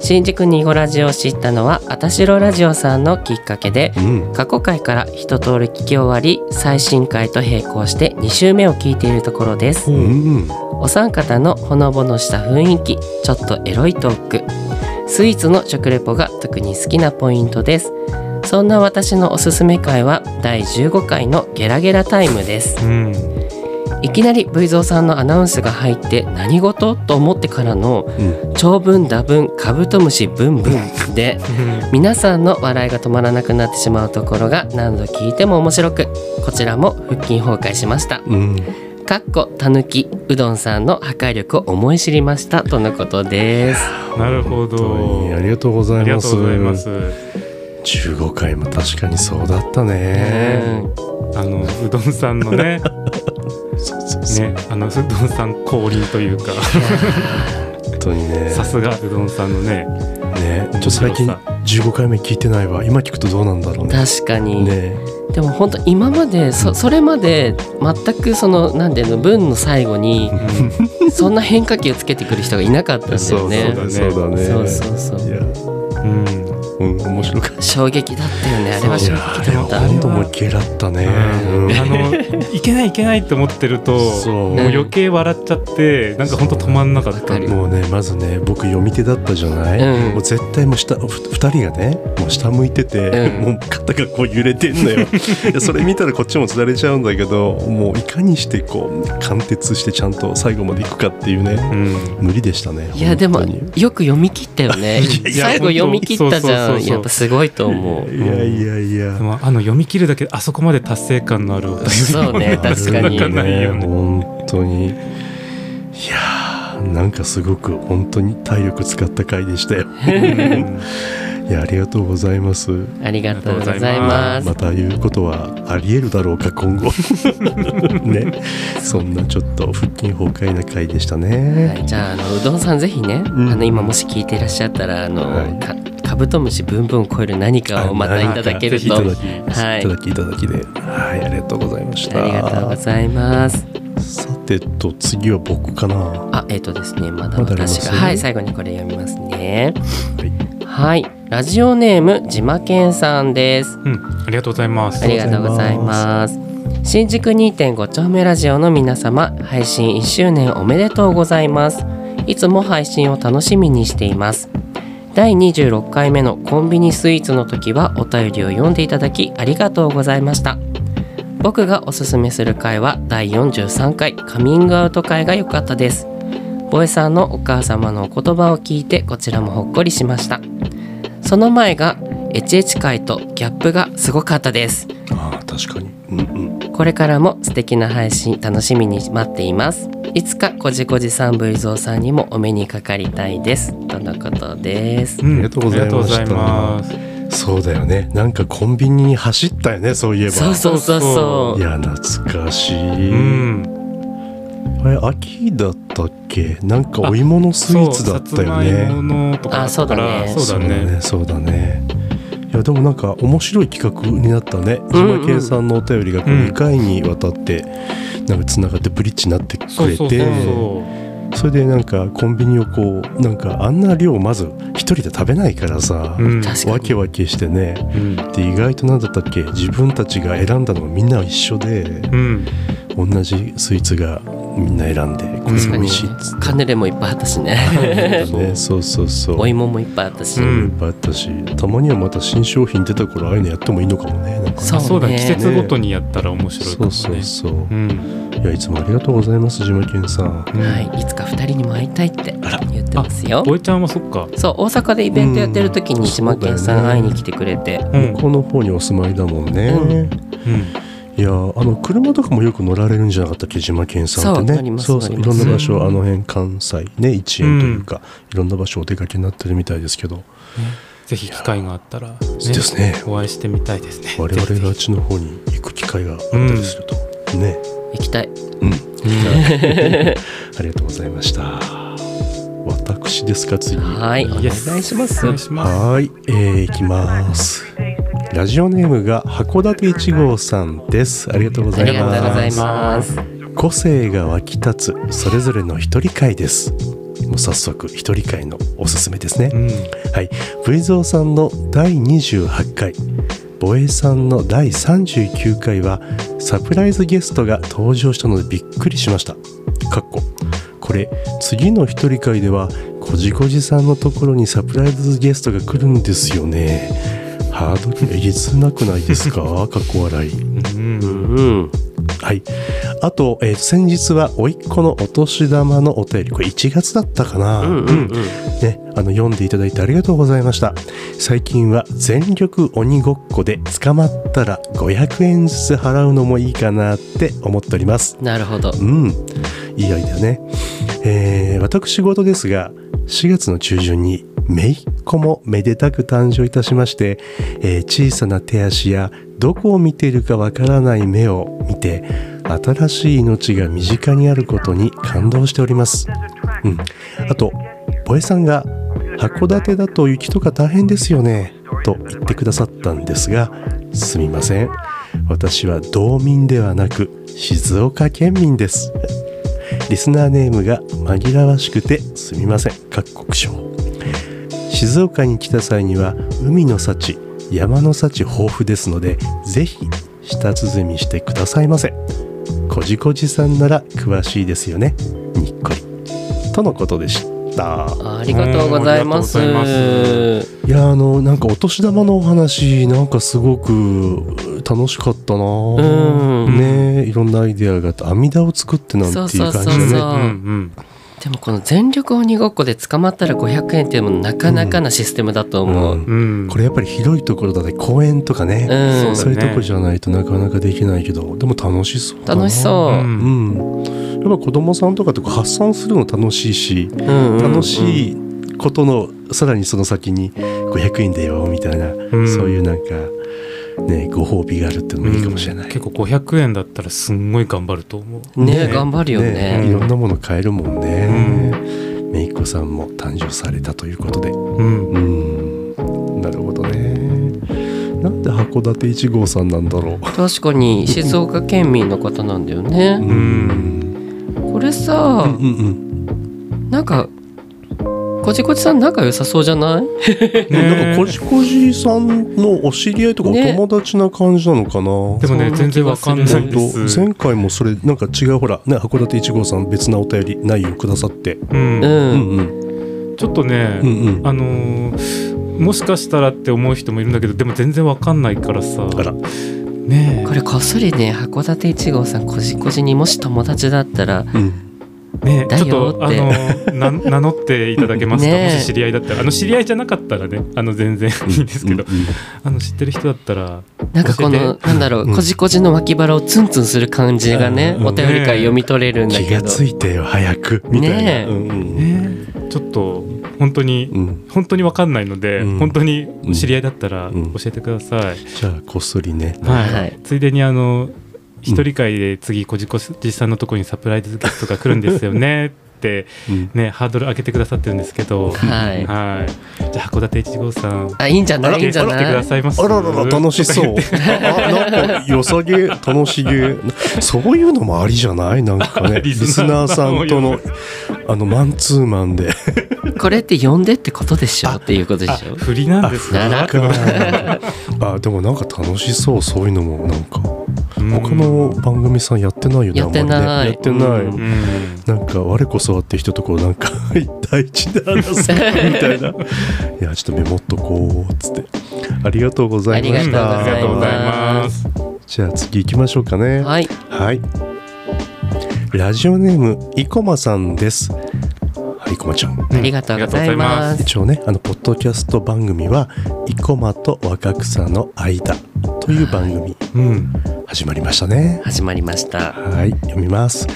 [SPEAKER 1] 新宿にごラジオを知ったのはあたしろラジオさんのきっかけで
[SPEAKER 2] うん
[SPEAKER 1] 過去回から一通り聞き終わり最新回と並行して2週目を聞いているところです
[SPEAKER 2] うん
[SPEAKER 1] お三方のほのぼのした雰囲気ちょっとエロいトークスイーツの食レポが特に好きなポイントですそんな私のおすすめ回は第15回のゲラゲラタイムです
[SPEAKER 3] うん
[SPEAKER 1] いきなり V 蔵さんのアナウンスが入って何事と思ってからの
[SPEAKER 2] うん
[SPEAKER 1] 長文打文カブトムシブンブンで皆さんの笑いが止まらなくなってしまうところが何度聞いても面白くこちらも腹筋崩壊しました
[SPEAKER 2] うん
[SPEAKER 1] かっこたぬきうどんさんの破壊力を思い知りましたとのことです
[SPEAKER 3] なるほ
[SPEAKER 2] 本当
[SPEAKER 3] ど
[SPEAKER 2] にありがとうござ
[SPEAKER 3] あ
[SPEAKER 2] い
[SPEAKER 3] りが
[SPEAKER 2] ま
[SPEAKER 3] と
[SPEAKER 2] す
[SPEAKER 3] うございます
[SPEAKER 2] 15回も確かにそうだった
[SPEAKER 1] う
[SPEAKER 2] ね
[SPEAKER 1] ん
[SPEAKER 3] あのうどんさんの
[SPEAKER 2] *laughs*
[SPEAKER 3] ね
[SPEAKER 2] そうそうそう
[SPEAKER 3] ねあのうどんさん降臨というか
[SPEAKER 2] 本当にね
[SPEAKER 3] さすがうどんさんのね
[SPEAKER 2] ねちょっと最近15回目聞いてないわ今聞くとどうなんだろうね
[SPEAKER 1] 確かに、
[SPEAKER 2] ね
[SPEAKER 1] でも本当今までそそれまで全くその何ていうの文の最後に
[SPEAKER 3] うん
[SPEAKER 1] そんな変化球つけてくる人がいなかったんだよね
[SPEAKER 2] *laughs* そうだねそうだね
[SPEAKER 1] そうそうそう
[SPEAKER 2] いや
[SPEAKER 3] うん
[SPEAKER 2] うん面白かっ
[SPEAKER 1] 衝撃だったよねあれは
[SPEAKER 2] たい
[SPEAKER 1] 衝
[SPEAKER 2] や
[SPEAKER 1] 撃だ
[SPEAKER 2] あれ
[SPEAKER 1] った
[SPEAKER 2] 本当もうゲラったねうん
[SPEAKER 3] あのいけないいけないって思ってると
[SPEAKER 2] そう
[SPEAKER 3] もう余計笑っちゃってなんかほんと止まんなかっ
[SPEAKER 1] わ
[SPEAKER 3] た
[SPEAKER 1] かる
[SPEAKER 2] もうねまずね僕読み手だったじゃない、
[SPEAKER 1] うん
[SPEAKER 2] もう絶対もう下ふ2人がねもう下向いてて、
[SPEAKER 1] うん
[SPEAKER 2] もう肩がこう揺れてん
[SPEAKER 1] *laughs*
[SPEAKER 2] のよいやそれ見たらこっちもつられちゃうんだけどもういかにしてこう貫徹してちゃんと最後までいくかっていうね
[SPEAKER 3] うん
[SPEAKER 2] 無理でしたね
[SPEAKER 1] いやでも
[SPEAKER 2] 本当に
[SPEAKER 1] よく読み切ったよね
[SPEAKER 3] いや
[SPEAKER 1] 最後読み切っ
[SPEAKER 3] 本
[SPEAKER 1] たじゃ
[SPEAKER 3] 当そうそうそうんそう
[SPEAKER 1] やっぱすごいと思う
[SPEAKER 2] いやいやいや
[SPEAKER 3] でもあの読み切るだけであそこまで達成感のあるお便り
[SPEAKER 1] そうね確かに
[SPEAKER 3] なかないよね
[SPEAKER 2] 本当にいやーなんかすごく本当に体力使った回でしたよ
[SPEAKER 1] *laughs*
[SPEAKER 3] うん
[SPEAKER 2] いやありがとうございます
[SPEAKER 1] ありがとうござい
[SPEAKER 3] あ
[SPEAKER 1] ます
[SPEAKER 2] また言うことはありえるだろうか今
[SPEAKER 1] *laughs*
[SPEAKER 2] 後ねそんなちょっと腹筋崩壊な回でしたね、
[SPEAKER 1] はい、じゃああのうどんさんぜひね、
[SPEAKER 2] ん
[SPEAKER 1] あの今もし聞いていらっしゃったらあの、
[SPEAKER 2] はい
[SPEAKER 1] かカブトムシブンブン超える何かをまたいただける
[SPEAKER 2] い
[SPEAKER 1] と
[SPEAKER 2] た
[SPEAKER 1] あ
[SPEAKER 2] だき、
[SPEAKER 1] はい
[SPEAKER 2] い、ただきいただきではいありがとうございました
[SPEAKER 1] りがとうございます
[SPEAKER 2] さてと次は僕かなは
[SPEAKER 1] あえっ、とですねまだ
[SPEAKER 2] まだありま
[SPEAKER 1] 私
[SPEAKER 2] す
[SPEAKER 1] が、はい最後にこれ読みますね
[SPEAKER 2] い
[SPEAKER 1] はいラジオネームじまけんさんです
[SPEAKER 3] うんありがとうございます
[SPEAKER 1] ありがとうございます。新宿2.5丁目ラジオの皆様、配信1周年おめでとうございます。いつも配信を楽しみにしています。第26回目のコンビニスイーツの時はお便りを読んでいただきありがとうございました。僕がおすすめする回は第43回カミングアウト回が良かったです。ボエさんのお母様のお言葉を聞いてこちらもほっこりしました。その前が HH 回とギャップがすごかったです。
[SPEAKER 2] あー確かにうんうん
[SPEAKER 1] これからも素敵な配信楽しみに待っています。いつかこじこじさんぶりぞうさんにもお目にかかりたいです。とのことです。
[SPEAKER 3] うん
[SPEAKER 2] ありがとうございました
[SPEAKER 3] ありがとうございます
[SPEAKER 2] そうだよねなんかコンビニに走ったよねそういえば
[SPEAKER 1] そうそうそうそ。
[SPEAKER 2] いうや懐かしい、
[SPEAKER 3] うん
[SPEAKER 2] あれ秋だったっけなんかお芋のスイーツだったよね
[SPEAKER 3] そうさつまいものとか
[SPEAKER 1] あそうだね
[SPEAKER 3] そうだね
[SPEAKER 2] そうだねいやでもなんか面白い企画になったね島健さんのお便りがこう
[SPEAKER 3] うん
[SPEAKER 2] 2回にわたってなんかつながってブリッジになってく
[SPEAKER 3] そう
[SPEAKER 2] れ
[SPEAKER 3] そうそう
[SPEAKER 2] て
[SPEAKER 3] そ
[SPEAKER 2] それでなんかコンビニをこうなんかあんな量まず一人で食べないからさ、
[SPEAKER 3] ううん
[SPEAKER 1] 確かに
[SPEAKER 2] わけわけしてね
[SPEAKER 3] うん
[SPEAKER 2] で意外と何だったっけ自分たちが選んだのがみんな一緒で
[SPEAKER 3] うん
[SPEAKER 2] 同じスイーツがみんな選んで
[SPEAKER 3] 確
[SPEAKER 2] これ
[SPEAKER 1] 確か
[SPEAKER 2] 美
[SPEAKER 1] に
[SPEAKER 2] 味しいっつって
[SPEAKER 1] カヌレもいっぱいあったしね。
[SPEAKER 2] ねそうそうそ
[SPEAKER 1] *laughs*
[SPEAKER 2] う
[SPEAKER 1] お芋もいっぱいあったし。
[SPEAKER 3] う
[SPEAKER 2] いっ
[SPEAKER 3] ん
[SPEAKER 2] ぱいあったしたまにはまた新商品出た頃ああいうのやってもいいのかもねなんか
[SPEAKER 1] そうね
[SPEAKER 3] そうだ季節ごとにやったら面白いか
[SPEAKER 2] そ
[SPEAKER 3] も
[SPEAKER 2] うそう
[SPEAKER 3] ね
[SPEAKER 2] そう、
[SPEAKER 3] うん
[SPEAKER 2] いやいつもありがとうございます島健さん
[SPEAKER 3] うん
[SPEAKER 1] はい、いつか二人にも会いたいって言ってますよ。
[SPEAKER 3] ボイちゃんはそっか
[SPEAKER 1] そう、大阪でイベントやってる時
[SPEAKER 2] うん
[SPEAKER 1] に島県さ
[SPEAKER 2] そうんだよ
[SPEAKER 1] 会い
[SPEAKER 2] ね
[SPEAKER 1] に来てくれて。
[SPEAKER 3] うん
[SPEAKER 2] この方にお住まいだもんね、
[SPEAKER 1] う
[SPEAKER 3] うん
[SPEAKER 2] いやあの車とかもよく乗られるんじゃなかったっけ島健さんってね
[SPEAKER 1] そう乗ります
[SPEAKER 2] そうそう
[SPEAKER 1] 乗
[SPEAKER 2] い
[SPEAKER 1] りま
[SPEAKER 2] ろ
[SPEAKER 1] す
[SPEAKER 2] んな場所あの辺関西ね一円というか、いろんな場所お出かけになってるみたいですけど、
[SPEAKER 3] ぜひ機会があったらね
[SPEAKER 2] そうですね
[SPEAKER 3] お会いしてみたいですね
[SPEAKER 2] 我々
[SPEAKER 3] ぜひぜ
[SPEAKER 2] があっ
[SPEAKER 3] ひ
[SPEAKER 2] ちの方に行く機会があったりすると、ね
[SPEAKER 1] 行きたい。
[SPEAKER 2] うん、 *laughs* ありがとうございました私ですか次
[SPEAKER 1] はい、お願いします
[SPEAKER 3] お。願いします
[SPEAKER 2] はーい、えー、いきます。ラジオネームが函館一号さんですありがとうご
[SPEAKER 1] あ
[SPEAKER 2] ざ
[SPEAKER 1] り
[SPEAKER 2] い
[SPEAKER 1] がとうござ
[SPEAKER 2] ま
[SPEAKER 1] い
[SPEAKER 2] す
[SPEAKER 1] ます。
[SPEAKER 2] 個性が湧き立つそれぞれの一人会ですもう早速一人会のおすすめですね、
[SPEAKER 3] うん
[SPEAKER 2] はい、V ゾーさんの第28回ボエさんの第39回はサプライズゲストが登場したのでびっくりしましたかっここれ次の一人会ではこじこじさんのところにサプライズゲストが来るんですよねハードルえげつなくないです
[SPEAKER 1] *laughs*
[SPEAKER 2] かかっこ笑い
[SPEAKER 3] うん
[SPEAKER 1] うん。
[SPEAKER 2] はい。あと、えー先日は、甥っ子のお年玉のお便り、これ1月だったかな、
[SPEAKER 1] うんうん
[SPEAKER 2] ね、あの、読んでいただいてありがとうございました。最近は、全力鬼ごっこで捕まったら500円ずつ払うのもいいかなって思っております。
[SPEAKER 1] うん。なるほど。
[SPEAKER 2] うん、いいアイデアね。えー私事ですが、4月の中旬に、めいっ子もめでたく誕生いたしまして、えー小さな手足や、どこを見ているかわからない目を見て、新しい命が身近にあることに感動しております。うん。あと、ボエさんが、函館だと雪とか大変ですよね、と言ってくださったんですが、すみません。私は道民ではなく静岡県民ですリスナーネームが紛らわしくてすみません各国省静岡に来た際には海の幸山の幸豊富ですのでぜひ舌鼓みしてくださいませこじこじさんなら詳しいですよねにっこりとのことでした
[SPEAKER 1] ありがとうございます。
[SPEAKER 3] うんありがとうござ
[SPEAKER 2] いやあのなんかお年玉のお話なんかすごく楽しかったな
[SPEAKER 1] うん
[SPEAKER 2] ねえいろんなアイデアがあって網田を作ってなんていう感じ
[SPEAKER 1] そう
[SPEAKER 2] で
[SPEAKER 1] そう
[SPEAKER 2] ね
[SPEAKER 1] そう
[SPEAKER 3] うん
[SPEAKER 1] でもこの全力鬼ごっこで捕まったら500円っていうのもなかなかなシステムだと思う。
[SPEAKER 2] う
[SPEAKER 3] う
[SPEAKER 2] ん
[SPEAKER 3] んうん
[SPEAKER 2] これやっぱり広いところだね公園とか
[SPEAKER 1] う
[SPEAKER 2] ね、
[SPEAKER 1] ん。
[SPEAKER 2] そういうとこじゃないとなかなかできないけどでも楽しそうだな
[SPEAKER 1] 楽しそうう。
[SPEAKER 3] ん
[SPEAKER 2] う、ん、やっぱ子供さんとかとか発散するの楽しいし
[SPEAKER 1] うんうん
[SPEAKER 2] 楽しいことのさらにその先に500円だよみたいな、
[SPEAKER 3] ん
[SPEAKER 2] そういうなんかねご褒美があるっていうのもいいかもしれない、
[SPEAKER 3] 結構500円だったらすんごい頑張ると思う
[SPEAKER 1] ね頑張るよね
[SPEAKER 2] いろんなもの買えるもんね、めいっ子さんも誕生されたということで
[SPEAKER 3] うん
[SPEAKER 2] うんなるほどねなんで函館1号さんなんだろう
[SPEAKER 1] 確かに静岡県民の方なんだよね。
[SPEAKER 2] うん
[SPEAKER 1] これさ、
[SPEAKER 2] うんうん
[SPEAKER 1] なんかこじこじさん仲良さそうじゃない？
[SPEAKER 3] ね
[SPEAKER 2] なんかこじこじさんのお知り合いとかお
[SPEAKER 1] ね
[SPEAKER 2] 友達な感じなのか
[SPEAKER 3] で
[SPEAKER 2] な、
[SPEAKER 3] も
[SPEAKER 1] そん
[SPEAKER 3] ね
[SPEAKER 1] な
[SPEAKER 3] 全然わかんない
[SPEAKER 2] 本
[SPEAKER 3] で
[SPEAKER 2] 当
[SPEAKER 3] す
[SPEAKER 2] 前回もそれなんか違うほらね函館1号さん別なお便り内容くださって
[SPEAKER 3] うん
[SPEAKER 1] うん。
[SPEAKER 2] うんうん
[SPEAKER 3] ちょっとね、
[SPEAKER 2] うんうん
[SPEAKER 3] あのーもしかしたらって思う人もいるんだけどでも全然わかんないからさ
[SPEAKER 2] あら
[SPEAKER 3] ね
[SPEAKER 1] これこっそりね函館一号さんこじこじにもし友達だったら
[SPEAKER 2] うん
[SPEAKER 3] えねえ
[SPEAKER 1] だ
[SPEAKER 3] ち
[SPEAKER 1] よ
[SPEAKER 3] ょっと
[SPEAKER 1] っ
[SPEAKER 3] あ
[SPEAKER 1] て
[SPEAKER 3] のー
[SPEAKER 1] *laughs*
[SPEAKER 3] な名乗っていただけますか、
[SPEAKER 1] ねえ
[SPEAKER 3] もし知り合いだったらあの知り合いじゃなかったらねあの全然いいんですけど、
[SPEAKER 2] うんうん
[SPEAKER 3] あの知ってる人だったら
[SPEAKER 1] なんかこの
[SPEAKER 3] 教
[SPEAKER 1] なんだろ
[SPEAKER 2] う
[SPEAKER 1] うんこじこじの脇腹をツンツンする感じがね
[SPEAKER 2] うん
[SPEAKER 1] お便りから読み取れるんだ
[SPEAKER 2] 気
[SPEAKER 1] け
[SPEAKER 2] が
[SPEAKER 1] ど
[SPEAKER 2] ついてよ早くみたいな、
[SPEAKER 1] ねえ
[SPEAKER 2] うんうん
[SPEAKER 3] ねえちょっと本当に、
[SPEAKER 2] うん、
[SPEAKER 3] 本当にわかんないので、
[SPEAKER 2] うん
[SPEAKER 3] 本当に知り合いだったら
[SPEAKER 2] うん
[SPEAKER 3] 教えてください、
[SPEAKER 2] じゃあこっそりね
[SPEAKER 3] はい、
[SPEAKER 1] はい
[SPEAKER 3] ついでにあの一人会で次こじこじさんのとこにサプライズゲストが来るんですよねって
[SPEAKER 2] うん
[SPEAKER 3] ねハードル上げてくださってるんですけど
[SPEAKER 1] はい
[SPEAKER 3] はいじゃあ函館一号さん
[SPEAKER 1] あいいんじゃ
[SPEAKER 3] あ
[SPEAKER 1] ないいいん
[SPEAKER 3] 来て
[SPEAKER 1] じゃ
[SPEAKER 3] く
[SPEAKER 1] な
[SPEAKER 3] だ
[SPEAKER 1] い
[SPEAKER 3] さいます
[SPEAKER 2] あららら楽しそう。 *laughs* あなんか良さげ楽しげそういうのもありじゃないなんかねリ
[SPEAKER 3] リ
[SPEAKER 2] ス
[SPEAKER 3] ス
[SPEAKER 2] ナ
[SPEAKER 3] ナ
[SPEAKER 2] ー
[SPEAKER 3] ー
[SPEAKER 2] さ
[SPEAKER 3] さん
[SPEAKER 2] んとのあのマンツーマンで
[SPEAKER 1] これって呼んでってことでしょっていうことでしょ
[SPEAKER 3] 振りなん
[SPEAKER 2] *laughs* あ
[SPEAKER 3] です
[SPEAKER 2] ふ
[SPEAKER 3] ね
[SPEAKER 2] ら
[SPEAKER 1] な
[SPEAKER 2] かあでもなんか楽しそうそういうのもなんか
[SPEAKER 3] うん
[SPEAKER 2] 他の番組さんやってないよね
[SPEAKER 1] やってない
[SPEAKER 2] あんまりねやってない、
[SPEAKER 1] う
[SPEAKER 3] うん
[SPEAKER 2] なんか我こそはって人とこうなんか *laughs* 第一で話すみたいな *laughs* いやちょっとメモっとこうっつってありがとうございま
[SPEAKER 1] あり
[SPEAKER 2] し
[SPEAKER 1] がとうご
[SPEAKER 3] あり
[SPEAKER 1] ざいます
[SPEAKER 2] た
[SPEAKER 3] がとうございます
[SPEAKER 2] じゃあ次行きましょうかね
[SPEAKER 1] はい
[SPEAKER 2] はい。ラジオネーム、生駒さんです。はい、生駒ちゃん。
[SPEAKER 1] ありがとうございま
[SPEAKER 3] あ
[SPEAKER 1] す
[SPEAKER 2] 一応ね、あの、ポッドキャスト番組は、生駒と若草の間という番組、
[SPEAKER 3] うん
[SPEAKER 2] 始まりましたね。
[SPEAKER 1] 始まりました
[SPEAKER 2] はい、読みます。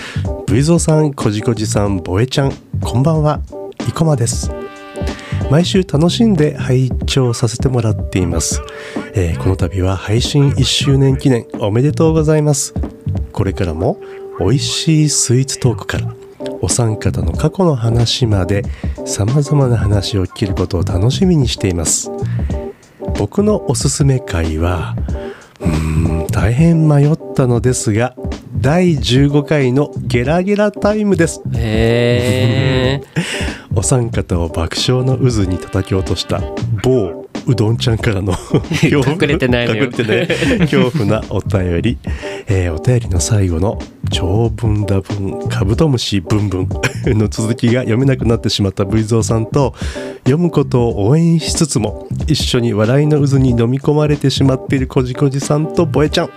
[SPEAKER 2] V ゾーさん、こじこじさん、ぼえちゃん、こんばんは。生駒です。毎週楽しんで拝聴させてもらっています、えーこの度は配信1周年記念おめでとうございますこれからも美味しいスイーツトークからお三方の過去の話まで様々な話を聞けることを楽しみにしています僕のおすすめ回はうーん大変迷ったのですが第15回のゲラゲラタイムです
[SPEAKER 1] へえ。
[SPEAKER 2] お三方を爆笑の渦に叩き落とした某うどんちゃんからの恐怖
[SPEAKER 1] *laughs* 隠れてないのよ
[SPEAKER 2] 隠れてない恐怖なお便り、えーお便りの最後の「長文だ文カブトムシブンブン」 *laughs* の続きが読めなくなってしまったブイゾーさんと読むことを応援しつつも一緒に笑いの渦に飲み込まれてしまっているこじこじさんとボエちゃん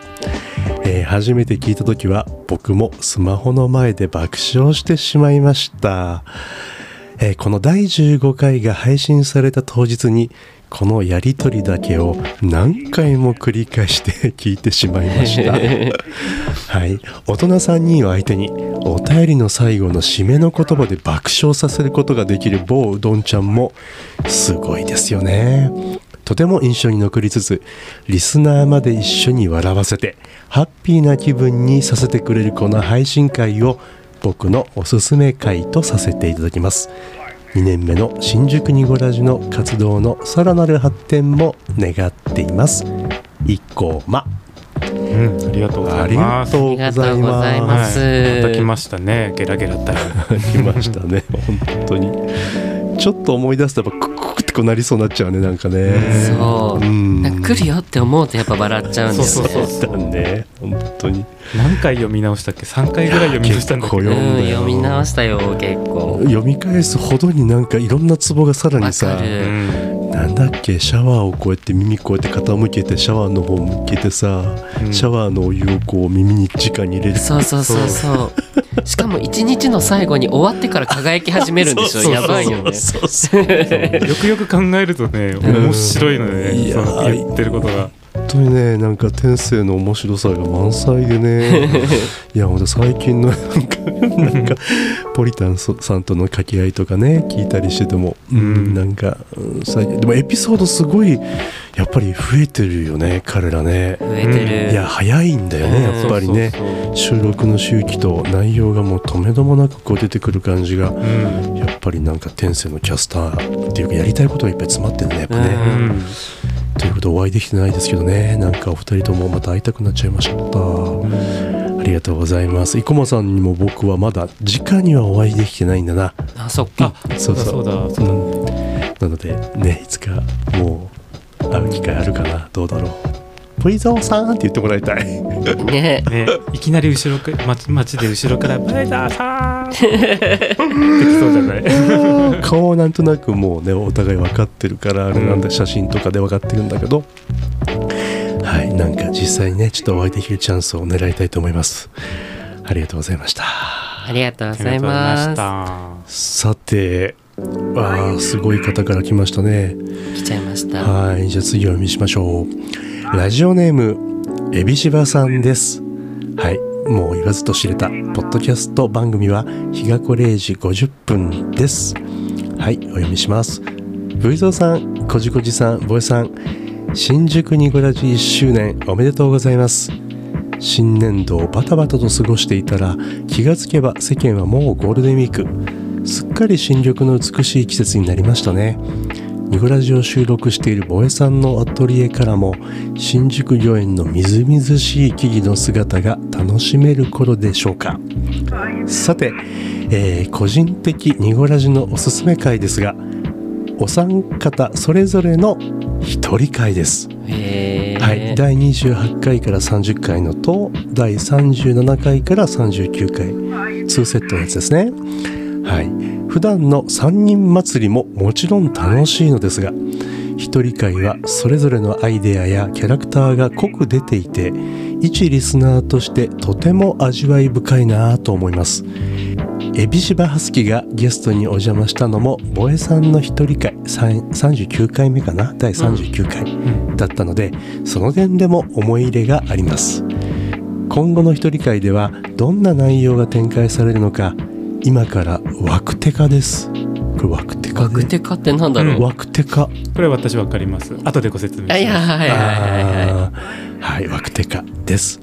[SPEAKER 2] えー初めて聞いた時は僕もスマホの前で爆笑してしまいました、えーこの第15回が配信された当日にこのやりとりだけを何回も繰り返して聞いてしまいましたはい大人3人を相手にお便りの最後の締めの言葉で爆笑させることができる某うどんちゃんもすごいですよねとても印象に残りつつリスナーまで一緒に笑わせてハッピーな気分にさせてくれるこの配信会を僕のおすすめ会とさせていただきます2年目の新宿にごラジの活動のさらなる発展も願っています一個ま
[SPEAKER 3] うん、ありがとうござ
[SPEAKER 2] あ
[SPEAKER 3] い
[SPEAKER 2] り
[SPEAKER 3] ま
[SPEAKER 2] が
[SPEAKER 3] す。
[SPEAKER 2] とうござ
[SPEAKER 1] あ
[SPEAKER 2] います
[SPEAKER 1] りがとうございま
[SPEAKER 3] は
[SPEAKER 1] す
[SPEAKER 3] い、また来ましたね。ゲラゲラタイム。
[SPEAKER 2] 来ましたね本当にちょっと思い出すとやっぱクククってこうなりそうになっちゃうねなんかね
[SPEAKER 1] そう。
[SPEAKER 2] ん
[SPEAKER 1] なんか来るよって思うとやっぱ笑っちゃうんです
[SPEAKER 3] そう
[SPEAKER 1] よ
[SPEAKER 3] そう
[SPEAKER 1] ね。
[SPEAKER 3] そう
[SPEAKER 2] だね本当に
[SPEAKER 3] 何回読み直したっけ？三回ぐらい読み直したんだけ
[SPEAKER 2] 結
[SPEAKER 3] ど
[SPEAKER 2] 構。
[SPEAKER 1] うん、読み直したよ結構。
[SPEAKER 2] 読み返すほどになんかいろんなツボがさらに
[SPEAKER 1] わ
[SPEAKER 2] さ
[SPEAKER 1] かる
[SPEAKER 3] うん
[SPEAKER 2] なんだっけシャワーをこうやって耳こうやって傾けてシャワーの方向けてさ、
[SPEAKER 3] うん
[SPEAKER 2] シャワーのお湯をこう耳に直に入れる
[SPEAKER 1] そうそうそうそう。しかも一日の最後に終わってから輝き始めるんでし
[SPEAKER 2] そ
[SPEAKER 1] ょ。
[SPEAKER 2] うそうそう
[SPEAKER 1] やばいよね。
[SPEAKER 2] そうそう
[SPEAKER 3] *laughs* よくよく考えるとね、面白いのよ
[SPEAKER 2] うん
[SPEAKER 3] ね。その
[SPEAKER 2] いやー
[SPEAKER 3] 言ってることが。
[SPEAKER 2] 本当にねなんか天性の面白さが満載でねいやほんと最近のなんかなんかポリタンそさんとの掛け合いとかね聞いたりしてても、うん
[SPEAKER 3] うん
[SPEAKER 2] なんか、うん最近でもエピソードすごいやっぱり増えてるよね彼らね
[SPEAKER 1] 増えてる。
[SPEAKER 2] いや早いんだよね
[SPEAKER 1] うん
[SPEAKER 2] やっぱりね
[SPEAKER 3] そうそうそう
[SPEAKER 2] 収録の周期と内容がもうとめどもなくこう出てくる感じが
[SPEAKER 3] うん。
[SPEAKER 2] やっぱりなんか天性のキャスターっていうかやりたいことがいっぱい詰まってるねやっぱね、
[SPEAKER 1] うん
[SPEAKER 3] うん
[SPEAKER 2] ということでお会いできてないですけどねなんかお二人ともまた会いたくなっちゃいました、ありがとうございます生駒さんにも僕はまだ直にはお会いできてないんだな
[SPEAKER 1] あそっか
[SPEAKER 3] あ。、
[SPEAKER 2] そ
[SPEAKER 3] そうう
[SPEAKER 2] そ
[SPEAKER 3] だ
[SPEAKER 2] う
[SPEAKER 3] そうだそうだね。
[SPEAKER 2] なのでねいつかもう会う機会あるかなどうだろうポイゾーさんって言ってもらいたい
[SPEAKER 1] ね。
[SPEAKER 3] ね、いきなり後ろく街街で後ろから「バイザー
[SPEAKER 2] *laughs*
[SPEAKER 3] さーん!」できそうじゃない
[SPEAKER 2] *laughs* 顔はなんとなくもうねお互い分かってるからあれなんだ写真とかで分かってるんだけどはいなんか実際にねちょっとお会いできるチャンスを狙いたいと思いますありがとうございました
[SPEAKER 1] ありがとうご
[SPEAKER 3] ありがとござ
[SPEAKER 1] ざいう
[SPEAKER 3] い
[SPEAKER 1] ま。
[SPEAKER 3] ますした
[SPEAKER 2] さてあーすごい方から来ましたね
[SPEAKER 1] 来ちゃいました。
[SPEAKER 2] はいじゃあ次をお読みしましょうラジオネームエビシバさんですはいもう言わずと知れたポッドキャスト番組は日がこ0時50分ですはいお読みします V ゾーさんこじこじさんボエさん新宿ニコラジ1周年おめでとうございます新年度をバタバタと過ごしていたら気がつけば世間はもうゴールデンウィークすっかり新緑の美しい季節になりましたねニコラジを収録しているボエさんのアトリエからも新宿御苑のみずみずしい木々の姿が楽しめる頃でしょうかさて、えー個人的ニゴラジのおすすめ回ですがお三方それぞれの一人会です
[SPEAKER 1] へえ。
[SPEAKER 2] はい、第28回から30回のと第37回から39回2セットのやつですね。はい、普段の3人祭りももちろん楽しいのですが一人会はそれぞれのアイデアやキャラクターが濃く出ていて一リスナーとしてとても味わい深いなぁと思います。エビシバハスキがゲストにお邪魔したのもボエさんの一人会さん39回目かな第39回。だったのでその点でも思い入れがあります今後の一人会ではどんな内容が展開されるのか今からワクテカですこれワクテ
[SPEAKER 1] ガ
[SPEAKER 2] カで
[SPEAKER 1] クテカってなんだろう。
[SPEAKER 2] ワクテカ
[SPEAKER 3] これ私わかります後でご説明しま
[SPEAKER 1] あ
[SPEAKER 3] す
[SPEAKER 1] いやはいはいはいはい。
[SPEAKER 2] あーはい、ワクテカです。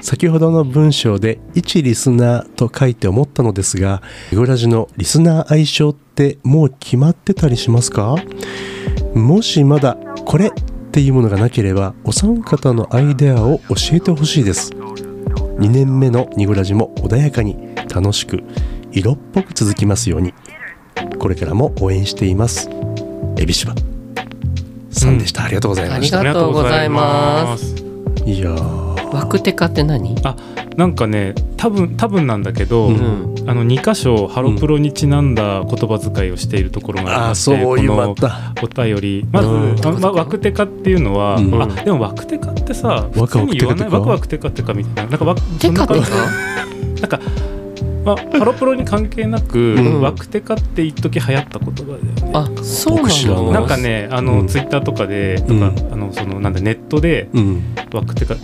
[SPEAKER 2] 先ほどの文章で「一リスナー」と書いて思ったのですが「ゴラジのリスナー相性ってもう決まってたりしますかもしまだ「これ」っていうものがなければお三方のアイデアを教えてほしいです2年目のニゴラジも穏やかに楽しく色っぽく続きますようにこれからも応援していますエビシバさんでした、ありがとうございまし
[SPEAKER 1] あ
[SPEAKER 2] た
[SPEAKER 1] りがとうございます
[SPEAKER 3] す
[SPEAKER 2] いやー
[SPEAKER 1] 枠テカって何
[SPEAKER 3] なんかね多分多分なんだけど、
[SPEAKER 1] うん
[SPEAKER 3] あの2箇所ハロプロにちなんだ言葉遣いをしているところがあり
[SPEAKER 2] あ
[SPEAKER 3] ま
[SPEAKER 2] あ
[SPEAKER 3] して、
[SPEAKER 2] そういう
[SPEAKER 3] こ
[SPEAKER 2] ま
[SPEAKER 3] の
[SPEAKER 2] た
[SPEAKER 3] お便りまず、
[SPEAKER 2] うん
[SPEAKER 3] あまあ、ワクテカっていうのは、
[SPEAKER 2] うん
[SPEAKER 3] あでもワクテカってさ普
[SPEAKER 2] ワク
[SPEAKER 3] 通
[SPEAKER 2] ワク
[SPEAKER 3] に
[SPEAKER 2] テカテカ
[SPEAKER 3] 言わないワクワクテカテカみたいななんかワク
[SPEAKER 1] テカテ
[SPEAKER 3] そんななんか、まあ、ハロプロに関係なく、
[SPEAKER 2] うん
[SPEAKER 3] ワクテカって一時流行った言葉だよね
[SPEAKER 1] カあそう
[SPEAKER 2] 僕知ら
[SPEAKER 1] な
[SPEAKER 2] ない
[SPEAKER 1] の
[SPEAKER 3] なんかねあの、
[SPEAKER 2] うん
[SPEAKER 3] ツイッターとかでとか、
[SPEAKER 2] うん
[SPEAKER 3] あのそのなんだネットで
[SPEAKER 2] うん
[SPEAKER 3] ワクテカ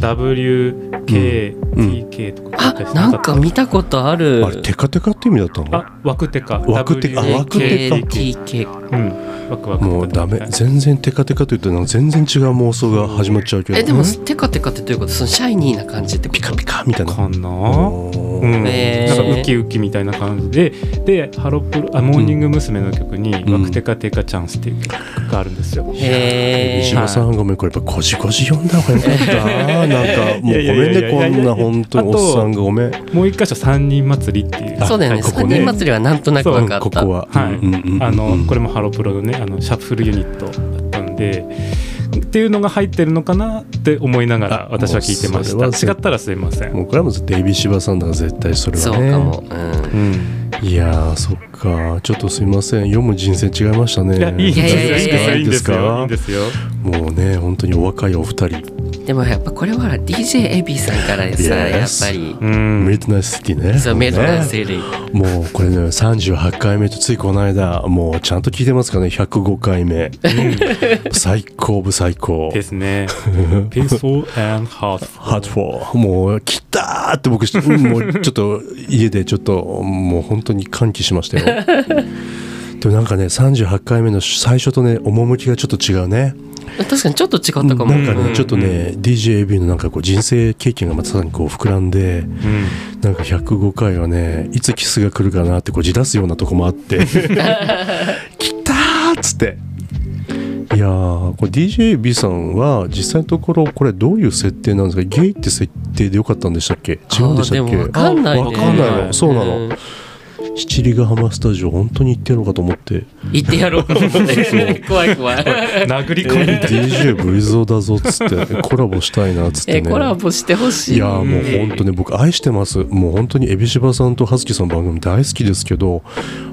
[SPEAKER 3] WKTK とか書
[SPEAKER 1] あ
[SPEAKER 3] いたりし
[SPEAKER 1] なんか見たことある
[SPEAKER 2] あれテカテカって意味だったの
[SPEAKER 3] あワクテカ
[SPEAKER 2] ワクテカあワクテカ
[SPEAKER 1] KTK
[SPEAKER 3] うんワクワク
[SPEAKER 2] もうダメ全然テカテカと言ったら全然違う妄想が始まっちゃうけど
[SPEAKER 1] えでも
[SPEAKER 2] ん
[SPEAKER 1] テカテカってどういうことそのシャイニーな感じってこ
[SPEAKER 2] ピカ
[SPEAKER 1] と
[SPEAKER 2] ピカみたいな
[SPEAKER 3] かなう
[SPEAKER 2] うん
[SPEAKER 3] ん、
[SPEAKER 1] へ
[SPEAKER 3] なん
[SPEAKER 1] ー
[SPEAKER 3] かウキウキみたいな感じででハロプロあモーニング娘。の曲に「
[SPEAKER 2] うん
[SPEAKER 3] ワクテカテカチャンス」っていう曲があるんですよ。
[SPEAKER 1] へ
[SPEAKER 2] 飯
[SPEAKER 1] ー
[SPEAKER 2] 島さん、ごめんこれやっぱこじこじ読んだ方がよかったななんかもうご
[SPEAKER 3] いやいや
[SPEAKER 2] めん
[SPEAKER 3] いや
[SPEAKER 2] ね
[SPEAKER 3] い
[SPEAKER 2] こ
[SPEAKER 3] やいや
[SPEAKER 2] んな本当におっさんがごめん
[SPEAKER 3] もう一箇所「三人祭り」っていう
[SPEAKER 2] あ
[SPEAKER 1] そうだよね
[SPEAKER 2] はいここ
[SPEAKER 1] 三
[SPEAKER 2] ね
[SPEAKER 1] 人祭りはなんとなく分かった
[SPEAKER 2] ここは、
[SPEAKER 3] はい
[SPEAKER 2] うんうんうん
[SPEAKER 3] あのこれ
[SPEAKER 2] れ
[SPEAKER 3] もハロプロのねあのシャッフルユニットだったんでっていうのが入ってるのかなって思いながら
[SPEAKER 2] あ
[SPEAKER 3] 私は聞いてまし
[SPEAKER 2] もう
[SPEAKER 3] た
[SPEAKER 2] それ
[SPEAKER 3] 違
[SPEAKER 2] は
[SPEAKER 3] ったらすいません。
[SPEAKER 2] もうこれはもうデイビー柴さんだから絶対それ
[SPEAKER 1] そう
[SPEAKER 2] はね
[SPEAKER 1] かも、うん
[SPEAKER 3] うん、
[SPEAKER 2] いやーそっかちょっとすいません読む人生違いましたね
[SPEAKER 3] いやいいんですよ
[SPEAKER 1] いやいやいや
[SPEAKER 3] いいんですよいい
[SPEAKER 2] い
[SPEAKER 3] ん
[SPEAKER 2] い
[SPEAKER 3] で
[SPEAKER 2] です
[SPEAKER 3] よ。
[SPEAKER 2] すかもうね本当にお若いお二人
[SPEAKER 1] でもやっぱこれはほら DJ エビさんからでさ
[SPEAKER 2] Yes
[SPEAKER 1] やっぱり
[SPEAKER 3] うん
[SPEAKER 2] メイトナイスシティね
[SPEAKER 1] そうメイドナイスセリ
[SPEAKER 2] もうこれね38回目とついこの間もうちゃんと聞いてますかね105回目 *laughs* 最高部最高
[SPEAKER 3] です
[SPEAKER 2] *laughs*
[SPEAKER 3] ね。Peaceful and Heartful
[SPEAKER 2] ハートフォーもう来たーって僕しうんもうちょっと家でちょっともう本当に歓喜しました
[SPEAKER 3] *laughs*
[SPEAKER 2] よでもなんかね38回目の最初とね趣がちょっと違うね
[SPEAKER 1] 確かにちょっと違ったか
[SPEAKER 2] なん
[SPEAKER 1] も
[SPEAKER 2] か
[SPEAKER 3] う
[SPEAKER 2] ね
[SPEAKER 3] ん
[SPEAKER 2] ちょっとね DJAB のなんかこう人生経験がまたさらにこう膨らん
[SPEAKER 1] *laughs*
[SPEAKER 2] で
[SPEAKER 3] うん
[SPEAKER 2] なんか105回はねいつキスが来るかなってこうじらすようなとこもあって
[SPEAKER 1] *laughs*
[SPEAKER 2] 来たーっつっていやーこれ DJB さんは実際のところこれどういう設定なんですかゲイって設定でよかったんでしたっけ違うんでした
[SPEAKER 1] あー
[SPEAKER 2] っ
[SPEAKER 1] で
[SPEAKER 2] け
[SPEAKER 1] もわかんないね
[SPEAKER 2] わかんないのそうな
[SPEAKER 1] うん
[SPEAKER 2] の七里ヶ浜スタジオ本当に行ってるのかと思って
[SPEAKER 1] 言ってやろうかもね怖い怖い
[SPEAKER 3] 殴り込みみたい
[SPEAKER 2] DJ ブリゾーだぞっつってコラボしたいなっつっ
[SPEAKER 1] え
[SPEAKER 2] てね
[SPEAKER 1] コラボしてほしい
[SPEAKER 2] いやーもう本当
[SPEAKER 1] に
[SPEAKER 2] ね僕愛してますもう本当にエビシバさんと葉月さんの番組大好きですけど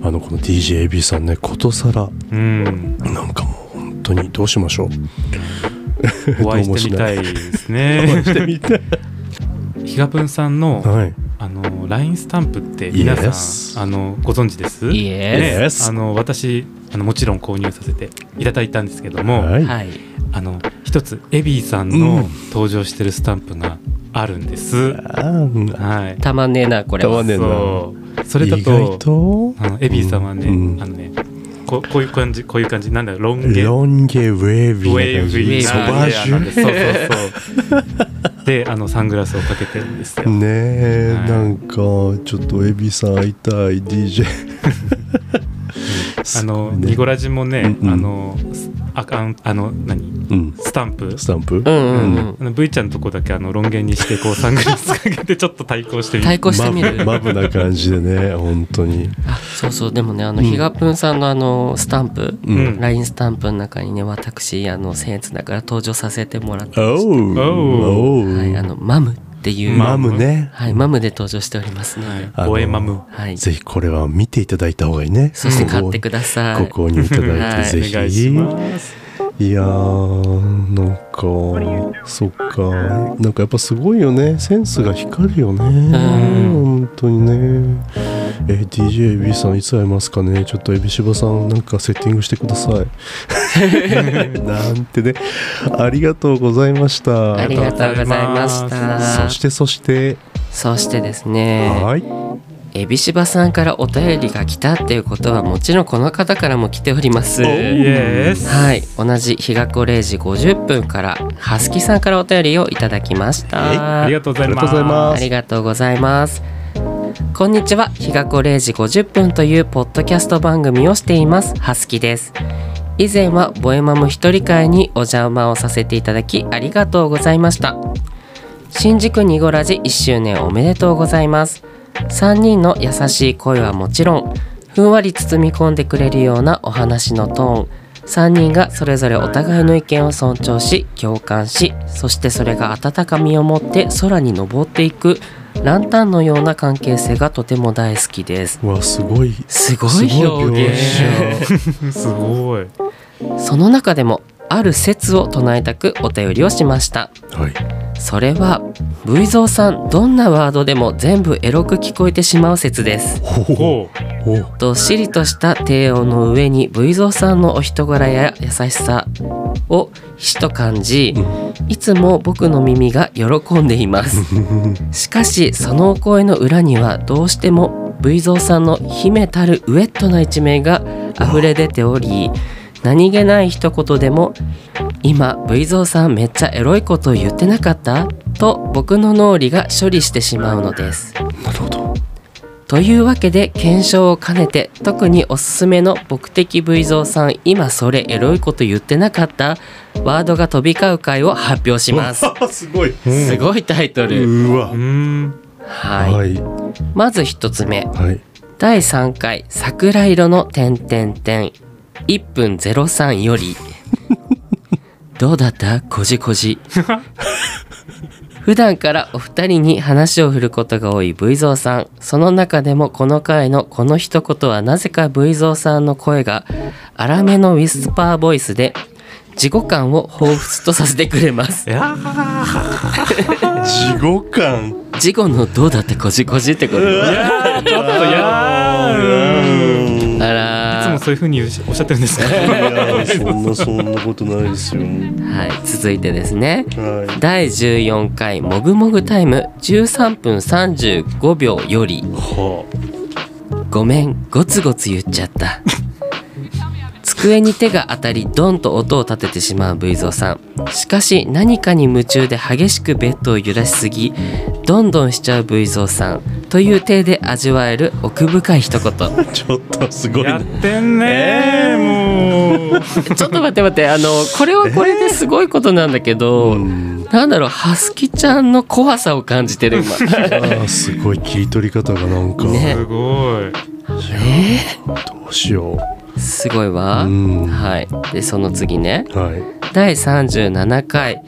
[SPEAKER 2] あのこの DJ エビさんねことさら
[SPEAKER 3] うん、
[SPEAKER 2] なんかもう本当にどうしましょう
[SPEAKER 3] お会いしてみたいです *laughs* ね。ひがぶんさんの、
[SPEAKER 2] *laughs* はい
[SPEAKER 3] あのラインスタンプって皆さん、
[SPEAKER 2] Yes
[SPEAKER 3] あのご存知です？
[SPEAKER 1] いいえ
[SPEAKER 2] Yes
[SPEAKER 3] あの私あのもちろん購入させていただいたんですけども、
[SPEAKER 2] はい、
[SPEAKER 1] はい
[SPEAKER 3] あの一つエビーさん
[SPEAKER 2] う
[SPEAKER 3] の
[SPEAKER 2] ん
[SPEAKER 3] 登場してるスタンプがあるんです。
[SPEAKER 2] あー
[SPEAKER 3] はい。
[SPEAKER 1] たまんねえなこれ
[SPEAKER 2] たま
[SPEAKER 1] は
[SPEAKER 2] んねえな
[SPEAKER 3] そう。それだ
[SPEAKER 2] 意外
[SPEAKER 3] と
[SPEAKER 2] と
[SPEAKER 3] あのエビーさんはね、
[SPEAKER 2] うん
[SPEAKER 3] あのねここういう感じこういう感じなんだろうロン毛
[SPEAKER 2] ロン毛ウェービ
[SPEAKER 3] ウェービ
[SPEAKER 2] ー
[SPEAKER 3] ー
[SPEAKER 2] な
[SPEAKER 1] ソ
[SPEAKER 2] 感
[SPEAKER 3] な
[SPEAKER 2] じ
[SPEAKER 3] ヘア
[SPEAKER 2] ソバ
[SPEAKER 3] なん
[SPEAKER 2] ー
[SPEAKER 3] ですそうそうそうであのサングラスをかけてるんですよ
[SPEAKER 2] ジュねえ、
[SPEAKER 3] はい
[SPEAKER 2] なんかちょっとエビさん会いたい DJ
[SPEAKER 3] *laughs* あの、
[SPEAKER 2] ね
[SPEAKER 3] ニゴラジもね、
[SPEAKER 2] うんうん
[SPEAKER 3] あのスアカウンあの何
[SPEAKER 2] うん
[SPEAKER 3] スタンプ
[SPEAKER 2] スタンプ
[SPEAKER 1] うんうんうん
[SPEAKER 3] あの V ちゃんのとこだけあの論言にして
[SPEAKER 2] *laughs*
[SPEAKER 3] こうサングラスかけてちょっと対抗してみ
[SPEAKER 1] 対抗して
[SPEAKER 2] マ
[SPEAKER 1] みる
[SPEAKER 2] ブマブな感じでね本当に
[SPEAKER 1] あそうそうでもねあの
[SPEAKER 2] うん
[SPEAKER 1] ひがぷんさんのあのスタンプ、
[SPEAKER 2] うん
[SPEAKER 3] うん
[SPEAKER 1] LINE スタンプの中にね私あの僭越ながら登場させてもらって、
[SPEAKER 2] おう
[SPEAKER 3] お
[SPEAKER 2] う
[SPEAKER 1] はい、あのマムっていう、
[SPEAKER 2] マムね、
[SPEAKER 1] はい、マムで登場しておりますので、
[SPEAKER 2] あ
[SPEAKER 3] はい、
[SPEAKER 2] の
[SPEAKER 3] ボエマム
[SPEAKER 1] はい、
[SPEAKER 2] ぜひこれは見ていただいた方がいいね
[SPEAKER 1] そして
[SPEAKER 2] ここ
[SPEAKER 1] 買ってください
[SPEAKER 2] ご購入いただい
[SPEAKER 1] は
[SPEAKER 2] て
[SPEAKER 1] い
[SPEAKER 2] ぜ
[SPEAKER 3] お願い
[SPEAKER 2] ひ、
[SPEAKER 3] し
[SPEAKER 2] い
[SPEAKER 3] ます
[SPEAKER 2] やーなんかそっかなんかやっぱすごいよねセンスが光るよね本当にねえ DJAB さんいつ会えますかねちょっとエビシバさんなんかセッティングしてくだ
[SPEAKER 1] *laughs*
[SPEAKER 2] さいなんてねありがとうございまし
[SPEAKER 1] あ
[SPEAKER 2] た
[SPEAKER 1] りがとうございました
[SPEAKER 2] そしてそして
[SPEAKER 1] そしてですね
[SPEAKER 2] はい
[SPEAKER 1] エビシバさんからお便りが来たっていうことはもちろんこの方からも来ております
[SPEAKER 2] お
[SPEAKER 3] イエス
[SPEAKER 1] はい、同じ日がこ0時50分からハスキさんからお便りをいただきまし
[SPEAKER 2] えい
[SPEAKER 1] た。
[SPEAKER 3] ありがとうございます
[SPEAKER 2] ありがとうございま
[SPEAKER 1] ありがとうございます。こんにちは。日がこ0時50分というポッドキャスト番組をしています。ハスキです。以前はボエマム一人会にお邪魔をさせていただきありがとうございました新宿ニゴラジ1周年おめでとうございます3人の優しい声はもちろんふんわり包み込んでくれるようなお話のトーン3人がそれぞれお互いの意見を尊重し共感しそしてそれが温かみを持って空に登っていくランタンのような関係性がとても大好きです
[SPEAKER 2] うわすごい
[SPEAKER 1] すご
[SPEAKER 2] すごい
[SPEAKER 1] い表
[SPEAKER 2] 表
[SPEAKER 1] 現
[SPEAKER 2] 現
[SPEAKER 3] すごい。
[SPEAKER 1] その中でもある説を唱えたくお便りをしました
[SPEAKER 2] はい
[SPEAKER 1] それは V 蔵さんどんなワードでも全部エロく聞こえてしまう説です
[SPEAKER 2] ほほほ
[SPEAKER 3] お
[SPEAKER 2] ほ
[SPEAKER 1] どっしりとした低音の上に V 蔵さんのお人柄や優しさをひしと感じいつも僕の耳が喜んでいます *laughs* しかしそのお声の裏にはどうしても V 蔵さんの秘めたるウェットな一面が溢れ出ており何気ない一言でも「今 V 蔵さんめっちゃエロいことを言ってなかった?」と僕の脳裏が処理してしまうのです。
[SPEAKER 2] なるほど
[SPEAKER 1] というわけで検証を兼ねて特におすすめの「僕的 V 蔵さん今それエロいこと言ってなかった?」ワードが飛び交う回を発表します。
[SPEAKER 2] あすごい
[SPEAKER 1] すごいタイトル、
[SPEAKER 2] うわ
[SPEAKER 3] うーん。
[SPEAKER 1] はい
[SPEAKER 2] はい
[SPEAKER 1] まず1つ目
[SPEAKER 2] はい
[SPEAKER 1] 第3回「桜色の点点点」1分03よりどうだったこじこじ普段からお二人に話を振ることが多い V 蔵さんその中でもこの回のこの一言はなぜか V 蔵さんの声が荒めのウィスパーボイスで自己感を彷彿とさせてくれま
[SPEAKER 3] *laughs*
[SPEAKER 1] す
[SPEAKER 3] いやー
[SPEAKER 2] 地獄感
[SPEAKER 1] 事後の「どうだったこじこじ」ってこと
[SPEAKER 3] いやーちょっといやーうんい
[SPEAKER 2] うん
[SPEAKER 1] あらー
[SPEAKER 3] つもそういう風におっしゃってるんですか。
[SPEAKER 2] いやそんなそんなことないですよ
[SPEAKER 1] はい、続いてですね
[SPEAKER 2] は
[SPEAKER 1] 第14回もぐもぐタイム13分35秒より
[SPEAKER 2] いは
[SPEAKER 1] ごめんゴツゴツ言っちゃった机に手が当たりドンと音を立ててしまう V 蔵さんしかし何かに夢中で激しくベッドを揺らしすぎどんどんしちゃう V 蔵さんという体で味わえる奥深い一
[SPEAKER 2] *laughs*
[SPEAKER 1] 言
[SPEAKER 2] ちょっとすごい
[SPEAKER 3] や
[SPEAKER 2] な
[SPEAKER 3] ってんねーもう。
[SPEAKER 1] ちょっと待って待ってあのこれはこれですごいことなんだけど、
[SPEAKER 2] うん
[SPEAKER 1] なんだろうハスキちゃんの怖さを感じてる
[SPEAKER 2] *laughs*
[SPEAKER 1] 今
[SPEAKER 2] あーすごい切り取り方がなんか
[SPEAKER 1] ね
[SPEAKER 3] すごい。
[SPEAKER 2] どうしよ
[SPEAKER 1] すごいわ、
[SPEAKER 2] うん
[SPEAKER 1] はいでその次ね
[SPEAKER 2] うはい
[SPEAKER 1] 第37回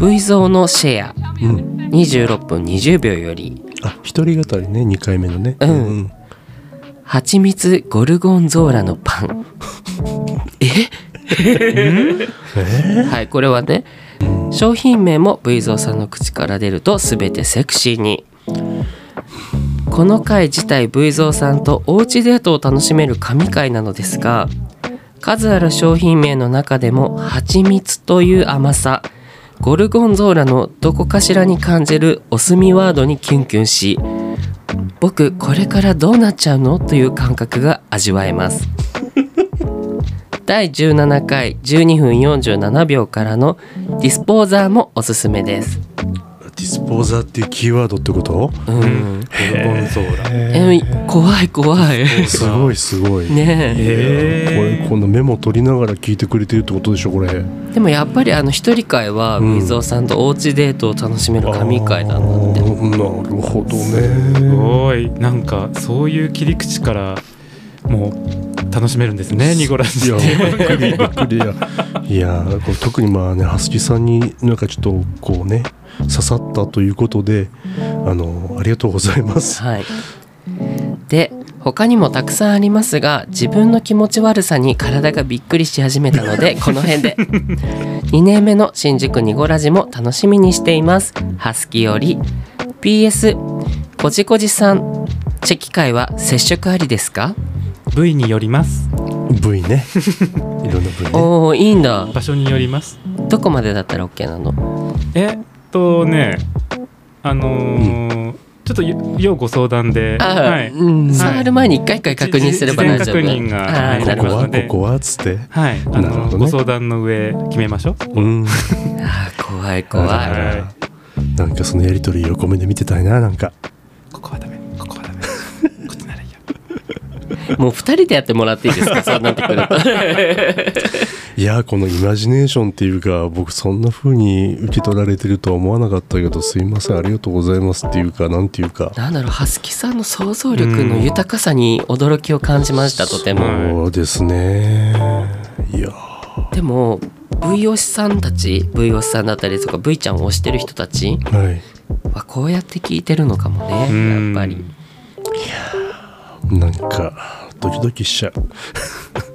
[SPEAKER 1] V 像のシェア
[SPEAKER 2] うん
[SPEAKER 1] 26分20秒より
[SPEAKER 2] あ一人語りね二回目のね
[SPEAKER 1] うん「蜂蜜ゴルゴンゾーラのパン」えはいこれはね商品名も V 像さんの口から出ると全てセクシーにこの回自体 V 蔵さんとおうちデートを楽しめる神回なのですが数ある商品名の中でも蜂蜜という甘さゴルゴンゾーラのどこかしらに感じるお墨ワードにキュンキュンし僕これからどうなっちゃうのという感覚が味わえます第17回12分47秒からのディスポーザーもおすすめです
[SPEAKER 2] ディスポーザーっていうキーワードってこと
[SPEAKER 1] うん、
[SPEAKER 3] ゴルゴンゾーラ。
[SPEAKER 1] え怖い怖い
[SPEAKER 2] すごいすごい
[SPEAKER 1] ねえ
[SPEAKER 2] これこのメモ取りながら聞いてくれてるってことでしょこれ
[SPEAKER 1] でもやっぱりあの一人会は
[SPEAKER 2] ん
[SPEAKER 1] 水尾さんとおうちデートを楽しめる神回だなって、
[SPEAKER 2] あーなるほど
[SPEAKER 3] す
[SPEAKER 2] ね
[SPEAKER 3] ごいなんかそういう切り口からもう楽しめるんですねニゴラ
[SPEAKER 2] い
[SPEAKER 3] ジ
[SPEAKER 2] や
[SPEAKER 3] っていう
[SPEAKER 2] びっくりびっくりやいやーこれ特にまあねはすきさんになんかちょっとこうね刺さったということであのありがとうございます
[SPEAKER 1] はいで他にもたくさんありますが自分の気持ち悪さに体がびっくりし始めた
[SPEAKER 3] *laughs*
[SPEAKER 1] のでこの辺で2年目の新宿ニゴラジも楽しみにしていますハスキより PS こじこじさんチェキ会は接触ありですか
[SPEAKER 3] 部位によります
[SPEAKER 2] 部位
[SPEAKER 3] *laughs*
[SPEAKER 2] ねいろんな部位ね
[SPEAKER 1] おおいいんだ
[SPEAKER 3] 場所によります
[SPEAKER 1] どこまでだったら OK なの
[SPEAKER 3] えっとねあのーちょっとよ要ご相談で
[SPEAKER 1] あー、
[SPEAKER 3] はい、
[SPEAKER 1] うん、触る前に一回一回確認すれば大丈
[SPEAKER 3] 事
[SPEAKER 1] 夫
[SPEAKER 3] 前確認が
[SPEAKER 1] あ
[SPEAKER 3] は
[SPEAKER 1] ー
[SPEAKER 3] い
[SPEAKER 1] な
[SPEAKER 2] こ
[SPEAKER 1] る
[SPEAKER 2] こ
[SPEAKER 1] ほど
[SPEAKER 2] はここはっつって
[SPEAKER 3] はい、あ
[SPEAKER 2] なる
[SPEAKER 3] の
[SPEAKER 2] ほどね
[SPEAKER 3] ご相談の上決めましょう
[SPEAKER 2] うん
[SPEAKER 1] あー怖い怖い、
[SPEAKER 2] あらなんかそのやりとり横目で見てたいななんか
[SPEAKER 3] *laughs* ここはダメここはダメこっちならいいよ
[SPEAKER 1] もう二人でやってもらっていいですかそうなってくると
[SPEAKER 2] いやこのイマジネーションっていうか僕そんな風に受け取られてるとは思わなかったけどすいませんありがとうございますっていうかなんていうか
[SPEAKER 1] なんだろう蓮木さんの想像力の豊かさに驚きを感じましたとても
[SPEAKER 2] そうですねいやー
[SPEAKER 1] でも V 推しさんたち V 推しさんだったりとか V ちゃんを推してる人たち
[SPEAKER 2] はい
[SPEAKER 1] はこうやって聞いてるのかも
[SPEAKER 3] う
[SPEAKER 1] ねや
[SPEAKER 3] ん
[SPEAKER 1] っぱり
[SPEAKER 2] なんかドキドキしちゃう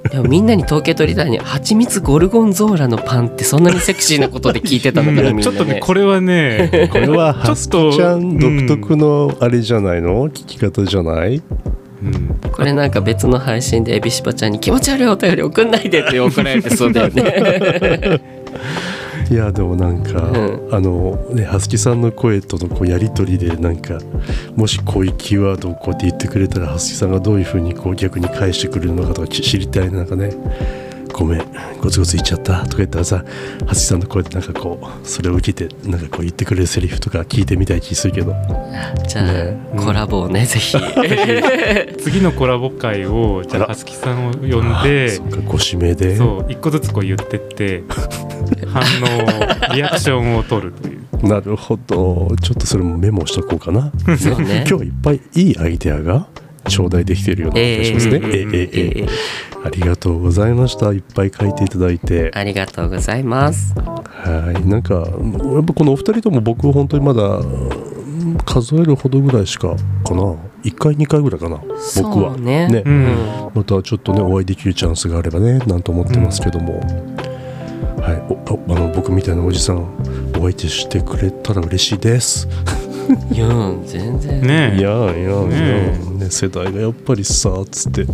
[SPEAKER 1] でもみんなに統計取りたいに蜂蜜ゴルゴンゾーラのパンってそんなにセクシーなことで聞いてたのかなみんな、
[SPEAKER 3] うん
[SPEAKER 1] ね、
[SPEAKER 3] ちょっとねこれはね
[SPEAKER 2] これは
[SPEAKER 3] ちょ
[SPEAKER 2] ハ
[SPEAKER 3] っ
[SPEAKER 2] ス
[SPEAKER 3] と
[SPEAKER 2] ちゃん独
[SPEAKER 3] う
[SPEAKER 2] 特
[SPEAKER 3] ん
[SPEAKER 2] のあれじゃないの聞き方じゃない
[SPEAKER 3] *laughs* うん
[SPEAKER 1] これなんか別の配信でエビシバちゃんに「気持ち悪いお便り送んないで」って怒られてそうだよね
[SPEAKER 2] いやでもなんか、
[SPEAKER 1] う
[SPEAKER 2] あのねはすきさんの声とのこうやり取りでなんかもしこういうキーワードをこうやって言ってくれたらはすきさんがどういうふうにこう逆に返してくれるのかとかき知りたいねなんかね「ごめんゴツゴツ言っちゃった」とか言ったらさはすきさんの声でなんかこうそれを受けてなんかこう言ってくれるセリフとか聞いてみたい気するけど
[SPEAKER 1] じゃあ、
[SPEAKER 2] ね
[SPEAKER 1] コラボをねぜひ
[SPEAKER 3] *laughs* 次のコラボ会をじゃあはすきさんを呼ん
[SPEAKER 2] あ
[SPEAKER 3] で
[SPEAKER 2] そっかご指名で
[SPEAKER 3] そう一個ずつこう言ってって反応リアクションを取るという
[SPEAKER 2] なるほどちょっとそれもメモしとこうかな
[SPEAKER 1] そうね
[SPEAKER 2] 今日いっぱいいいアイデアが頂戴できてるような気がしますね。
[SPEAKER 1] え
[SPEAKER 2] え
[SPEAKER 1] え
[SPEAKER 2] えええええありがとうございました。いっぱい書いていただいて。
[SPEAKER 1] ありがとうございます
[SPEAKER 2] はい。なんか、やっぱこのお二人とも僕本当にまだうん数えるほどぐらいしかかな。1回2回ぐらいかな。僕
[SPEAKER 1] そ
[SPEAKER 2] は。
[SPEAKER 1] うね
[SPEAKER 3] う
[SPEAKER 1] うんん、
[SPEAKER 2] またちょっとね、お会いできるチャンスがあればね、なんと思ってますけども。はい、おおあの僕みたいなおじさんお相手してくれたら嬉しいです。
[SPEAKER 1] いや全然、
[SPEAKER 3] ねえ
[SPEAKER 2] いやーいやーいや
[SPEAKER 3] ね
[SPEAKER 2] ー、ね、世代がやっぱりさーっつって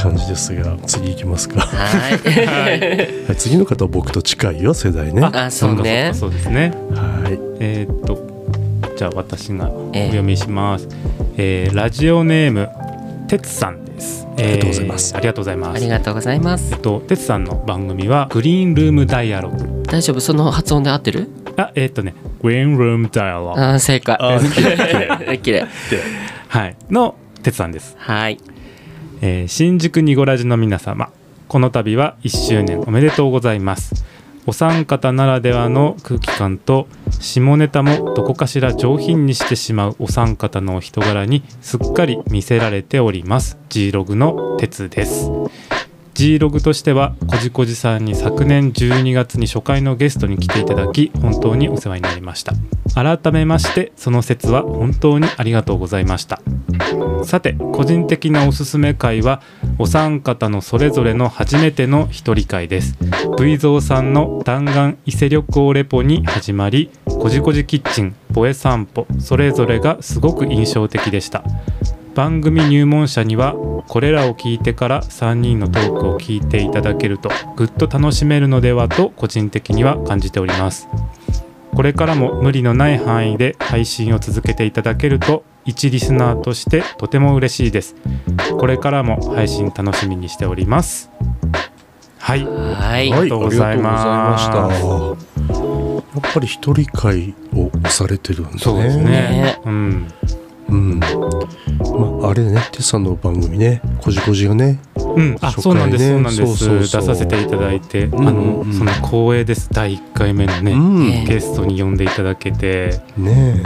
[SPEAKER 2] 感じですが次行きますかは
[SPEAKER 1] はい
[SPEAKER 2] い次の方は僕と近いよ世代ねは
[SPEAKER 1] *laughs* あそうね
[SPEAKER 3] そうかそうかそうですね
[SPEAKER 2] い
[SPEAKER 3] えーっとじゃあ私がお
[SPEAKER 1] ええ
[SPEAKER 3] 読みします、えーラジオネームてつさんです、えー
[SPEAKER 2] ありがとうございます
[SPEAKER 3] ありがとうございま
[SPEAKER 1] あ
[SPEAKER 3] す
[SPEAKER 1] りがとうございます
[SPEAKER 3] えっと、てつさんの番組はグリーンルームダイアログ
[SPEAKER 1] 大丈夫その発音で合ってる
[SPEAKER 3] あえーっとねグリーンルームダイアログ
[SPEAKER 1] あー正解
[SPEAKER 2] あー
[SPEAKER 1] *laughs*
[SPEAKER 2] 綺
[SPEAKER 1] 綺麗
[SPEAKER 3] はいのてつさんです
[SPEAKER 1] はい
[SPEAKER 3] えー新宿にごラジの皆様この度は1周年おめでとうございますお三方ならではの空気感と下ネタもどこかしら上品にしてしまうお三方のお人柄にすっかり見せられております G ログの鉄です G ログとしてはこじこじさんに昨年12月に初回のゲストに来ていただき本当にお世話になりました改めましてその説は本当にありがとうございましたさて個人的なおすすめ会はお三方のそれぞれの初めての一人会です V ゾーさんの弾丸伊勢旅行レポに始まりこじこじキッチンボエ散歩それぞれがすごく印象的でした番組入門者にはこれらを聞いてから3人のトークを聞いていただけるとぐっと楽しめるのではと個人的には感じておりますこれからも無理のない範囲で配信を続けていただけると一リスナーとしてとても嬉しいですこれからも配信楽しみにしておりますはい
[SPEAKER 1] はい
[SPEAKER 2] はいあ
[SPEAKER 3] あ
[SPEAKER 2] り
[SPEAKER 3] りが
[SPEAKER 2] がと
[SPEAKER 3] と
[SPEAKER 2] う
[SPEAKER 3] う
[SPEAKER 2] ご
[SPEAKER 3] ご
[SPEAKER 2] ざ
[SPEAKER 3] ざ
[SPEAKER 2] い
[SPEAKER 3] い
[SPEAKER 2] ま
[SPEAKER 3] ま
[SPEAKER 2] し
[SPEAKER 3] す
[SPEAKER 2] たやっぱり一人会をされてるんですね
[SPEAKER 3] そうですね
[SPEAKER 1] ね
[SPEAKER 3] うん
[SPEAKER 2] うんまああれねてさんの番組ねこじこじがね
[SPEAKER 3] うん、あ、
[SPEAKER 2] 初回ね
[SPEAKER 3] そうなんです、そうなんです
[SPEAKER 2] そうそうそう
[SPEAKER 3] 出させていただいて、
[SPEAKER 2] ん
[SPEAKER 3] あの、
[SPEAKER 2] うん
[SPEAKER 3] その光栄です。第1回目の
[SPEAKER 2] う
[SPEAKER 3] ね、
[SPEAKER 2] ん
[SPEAKER 1] ね
[SPEAKER 3] ゲストに呼んでいただけて、
[SPEAKER 2] ね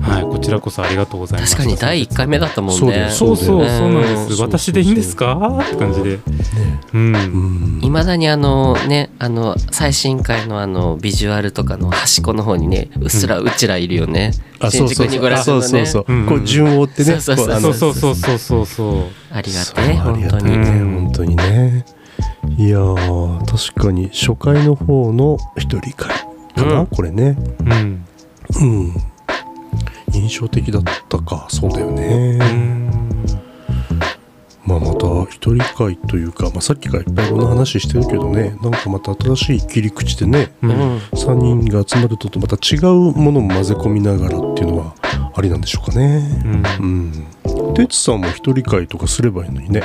[SPEAKER 3] はい、こちらこそありがとうございます。
[SPEAKER 1] 確かに第1回目だったもん
[SPEAKER 2] そうだ
[SPEAKER 1] ね
[SPEAKER 2] よ
[SPEAKER 3] そうそう、
[SPEAKER 1] うん
[SPEAKER 3] そうなんで
[SPEAKER 1] そう
[SPEAKER 2] そう
[SPEAKER 3] す。
[SPEAKER 2] そう
[SPEAKER 3] 私でいいんですかって感じで、
[SPEAKER 2] えね
[SPEAKER 3] う、
[SPEAKER 2] えうんん
[SPEAKER 1] いまだにあのねあの最新回のあのビジュアルとかの端っこの方にねうっすらうちらいるよね、
[SPEAKER 2] あそう
[SPEAKER 1] 新
[SPEAKER 2] そ
[SPEAKER 1] 宿
[SPEAKER 2] う
[SPEAKER 1] にご
[SPEAKER 2] そう
[SPEAKER 1] 覧
[SPEAKER 2] あ
[SPEAKER 1] の
[SPEAKER 2] そう
[SPEAKER 1] ね
[SPEAKER 2] そうそう
[SPEAKER 3] うん
[SPEAKER 2] こう順を追ってね
[SPEAKER 1] そうそうそう
[SPEAKER 2] こ
[SPEAKER 3] そ
[SPEAKER 2] あの
[SPEAKER 3] うそうそうそうそうそう。
[SPEAKER 1] ありが
[SPEAKER 2] そう
[SPEAKER 1] てえ本当に
[SPEAKER 2] ありがてえ
[SPEAKER 3] うん
[SPEAKER 2] 本当にねいやー確かに初回の方の一人会かな、
[SPEAKER 1] うん
[SPEAKER 2] これね
[SPEAKER 3] うん、
[SPEAKER 2] うん印象的だったかそうだよね、
[SPEAKER 3] うん、
[SPEAKER 2] まあまた一人会というか、まあ、さっきからいっぱいいろんな話してるけどねなんかまた新しい切り口でね
[SPEAKER 3] う、
[SPEAKER 1] うんん
[SPEAKER 2] 3人が集まるととまた違うものも混ぜ込みながらっていうのはありなんでしょうかね
[SPEAKER 3] うん、
[SPEAKER 2] うんてつさんも一人会とかすればいいのにね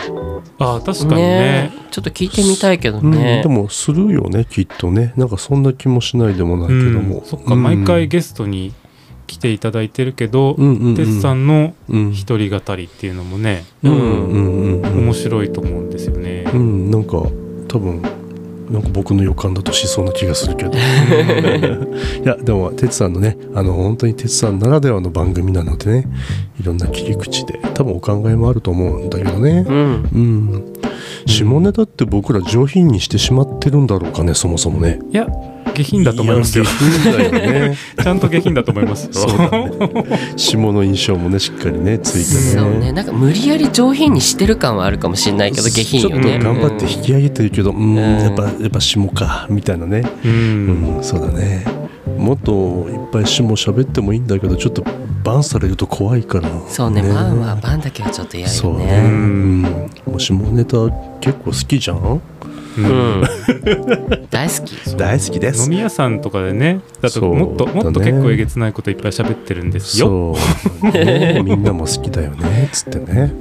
[SPEAKER 3] あ、確かに
[SPEAKER 1] ね
[SPEAKER 3] ね。
[SPEAKER 1] ちょっと聞いてみたいけど
[SPEAKER 2] うん、
[SPEAKER 1] ね、
[SPEAKER 2] でもするよねきっとねなんかそんな気もしないでもないけ
[SPEAKER 3] う
[SPEAKER 2] ど
[SPEAKER 3] ん
[SPEAKER 2] も、
[SPEAKER 3] そっか、
[SPEAKER 2] うん
[SPEAKER 3] 毎回ゲストに来ていただいてるけど、
[SPEAKER 2] うんうんうん
[SPEAKER 3] てつさんの
[SPEAKER 2] うん
[SPEAKER 3] 一人語りっていうのもね、
[SPEAKER 2] うんうんうんうん
[SPEAKER 3] 面白いと思うんですよね。
[SPEAKER 2] うんなんか多分なんか僕の予感だとしそうな気がする
[SPEAKER 3] *laughs*
[SPEAKER 2] けどいやでも哲さんのねあの本当に哲さんならではの番組なのでねいろんな切り口で多分お考えもあると思うんだけどね
[SPEAKER 1] うん
[SPEAKER 2] うん下ネタって僕ら上品にしてしまってるんだろうかねそもそもね
[SPEAKER 3] いや下品だと思いますよ。
[SPEAKER 2] や下品だ
[SPEAKER 3] *laughs*
[SPEAKER 2] よね
[SPEAKER 3] ちゃんと下品だと思います。
[SPEAKER 2] *laughs* そうだね下の印象もねしっかりねついて
[SPEAKER 1] そ
[SPEAKER 2] ね
[SPEAKER 1] うねなんか無理やり上品にしてる感はあるかもしれないけど下品よね
[SPEAKER 2] ちょっと頑張って引き上げてるけど、う
[SPEAKER 1] ん
[SPEAKER 2] んやっぱやっぱ下かみたいなね
[SPEAKER 3] う。
[SPEAKER 2] うんん、そうだねもっといっぱい詩も喋ってもいいんだけどちょっとバンされると怖いから
[SPEAKER 1] そうねバンはバンだけはちょっと嫌
[SPEAKER 2] そ
[SPEAKER 1] よ
[SPEAKER 2] うね、う
[SPEAKER 1] ね
[SPEAKER 2] ん、もう下ネタ結構好きじゃん
[SPEAKER 1] う
[SPEAKER 3] うん
[SPEAKER 1] ん大好き
[SPEAKER 2] 大好きで
[SPEAKER 3] 飲み屋さんとかでねだと
[SPEAKER 2] そう
[SPEAKER 3] もっともっと
[SPEAKER 2] だね
[SPEAKER 3] 結構えげつないこといっぱい喋ってるんですよ。
[SPEAKER 2] そう、ね、みんなも好きだよねつってね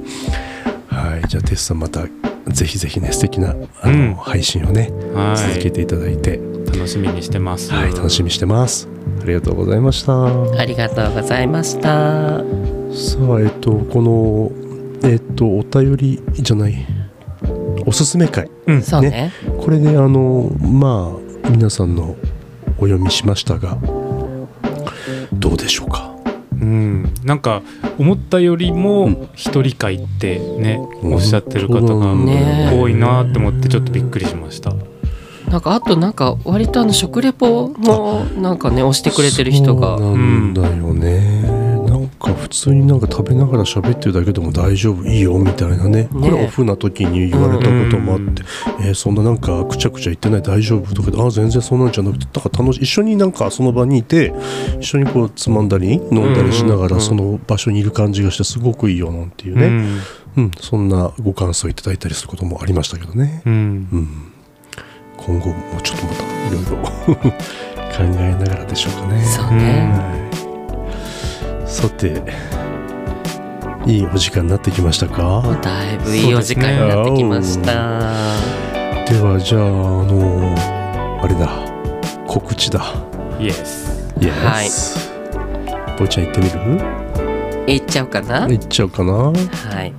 [SPEAKER 2] はいじゃあテスさんまたぜひぜひね素敵なあの、
[SPEAKER 3] うん
[SPEAKER 2] 配信をね
[SPEAKER 3] は
[SPEAKER 2] 続け
[SPEAKER 3] い。
[SPEAKER 2] ていただいて、
[SPEAKER 3] 楽しみにしてます。
[SPEAKER 2] はい、楽しみにしてますありがとうございました、
[SPEAKER 1] ありがとうございました
[SPEAKER 2] さあえっとこのえっとお便りじゃないおすすめ会
[SPEAKER 3] うん。
[SPEAKER 1] そうね
[SPEAKER 2] これであのまあ皆さんのお読みしましたがどうでしょうか
[SPEAKER 3] うん、なんか思ったよりも一人会ってね、
[SPEAKER 2] うん
[SPEAKER 3] おっしゃってる方が
[SPEAKER 2] 本当だ
[SPEAKER 1] ね
[SPEAKER 3] 多いなって思ってちょっとびっくりしました。
[SPEAKER 1] なんかあとなんか割とあの食レポもなんかね押してくれてる人が
[SPEAKER 2] そうなんだよね、なんか普通になんか食べながら喋ってるだけでも大丈夫いいよみたいなねこれオフな時に言われたこともあって、えーそんななんかくちゃくちゃ言ってない大丈夫とかであー全然そんなんじゃなくてだから楽しい一緒になんかその場にいて一緒にこうつまんだり飲んだりしなが
[SPEAKER 3] うんうんう
[SPEAKER 2] ら
[SPEAKER 3] ん
[SPEAKER 2] その場所にいる感じがしてすごくいいよなんていうね、うん、そんなご感想いただいたりすることもありましたけどね、
[SPEAKER 3] うん、うん
[SPEAKER 2] うん、今後もうちょっとまたいろいろ *laughs* 考えながらでしょうかね。
[SPEAKER 1] そうね
[SPEAKER 2] はいさていいお時間になってきました
[SPEAKER 1] もう
[SPEAKER 2] か
[SPEAKER 1] だいぶいいお時間になってきました
[SPEAKER 2] ではじゃああのあれだ告知だ
[SPEAKER 3] イエス。
[SPEAKER 2] イエ
[SPEAKER 1] はい
[SPEAKER 2] ス、ぼーちゃん行ってみる
[SPEAKER 1] 行っちゃうかな
[SPEAKER 2] 行っちゃうかな
[SPEAKER 1] はい。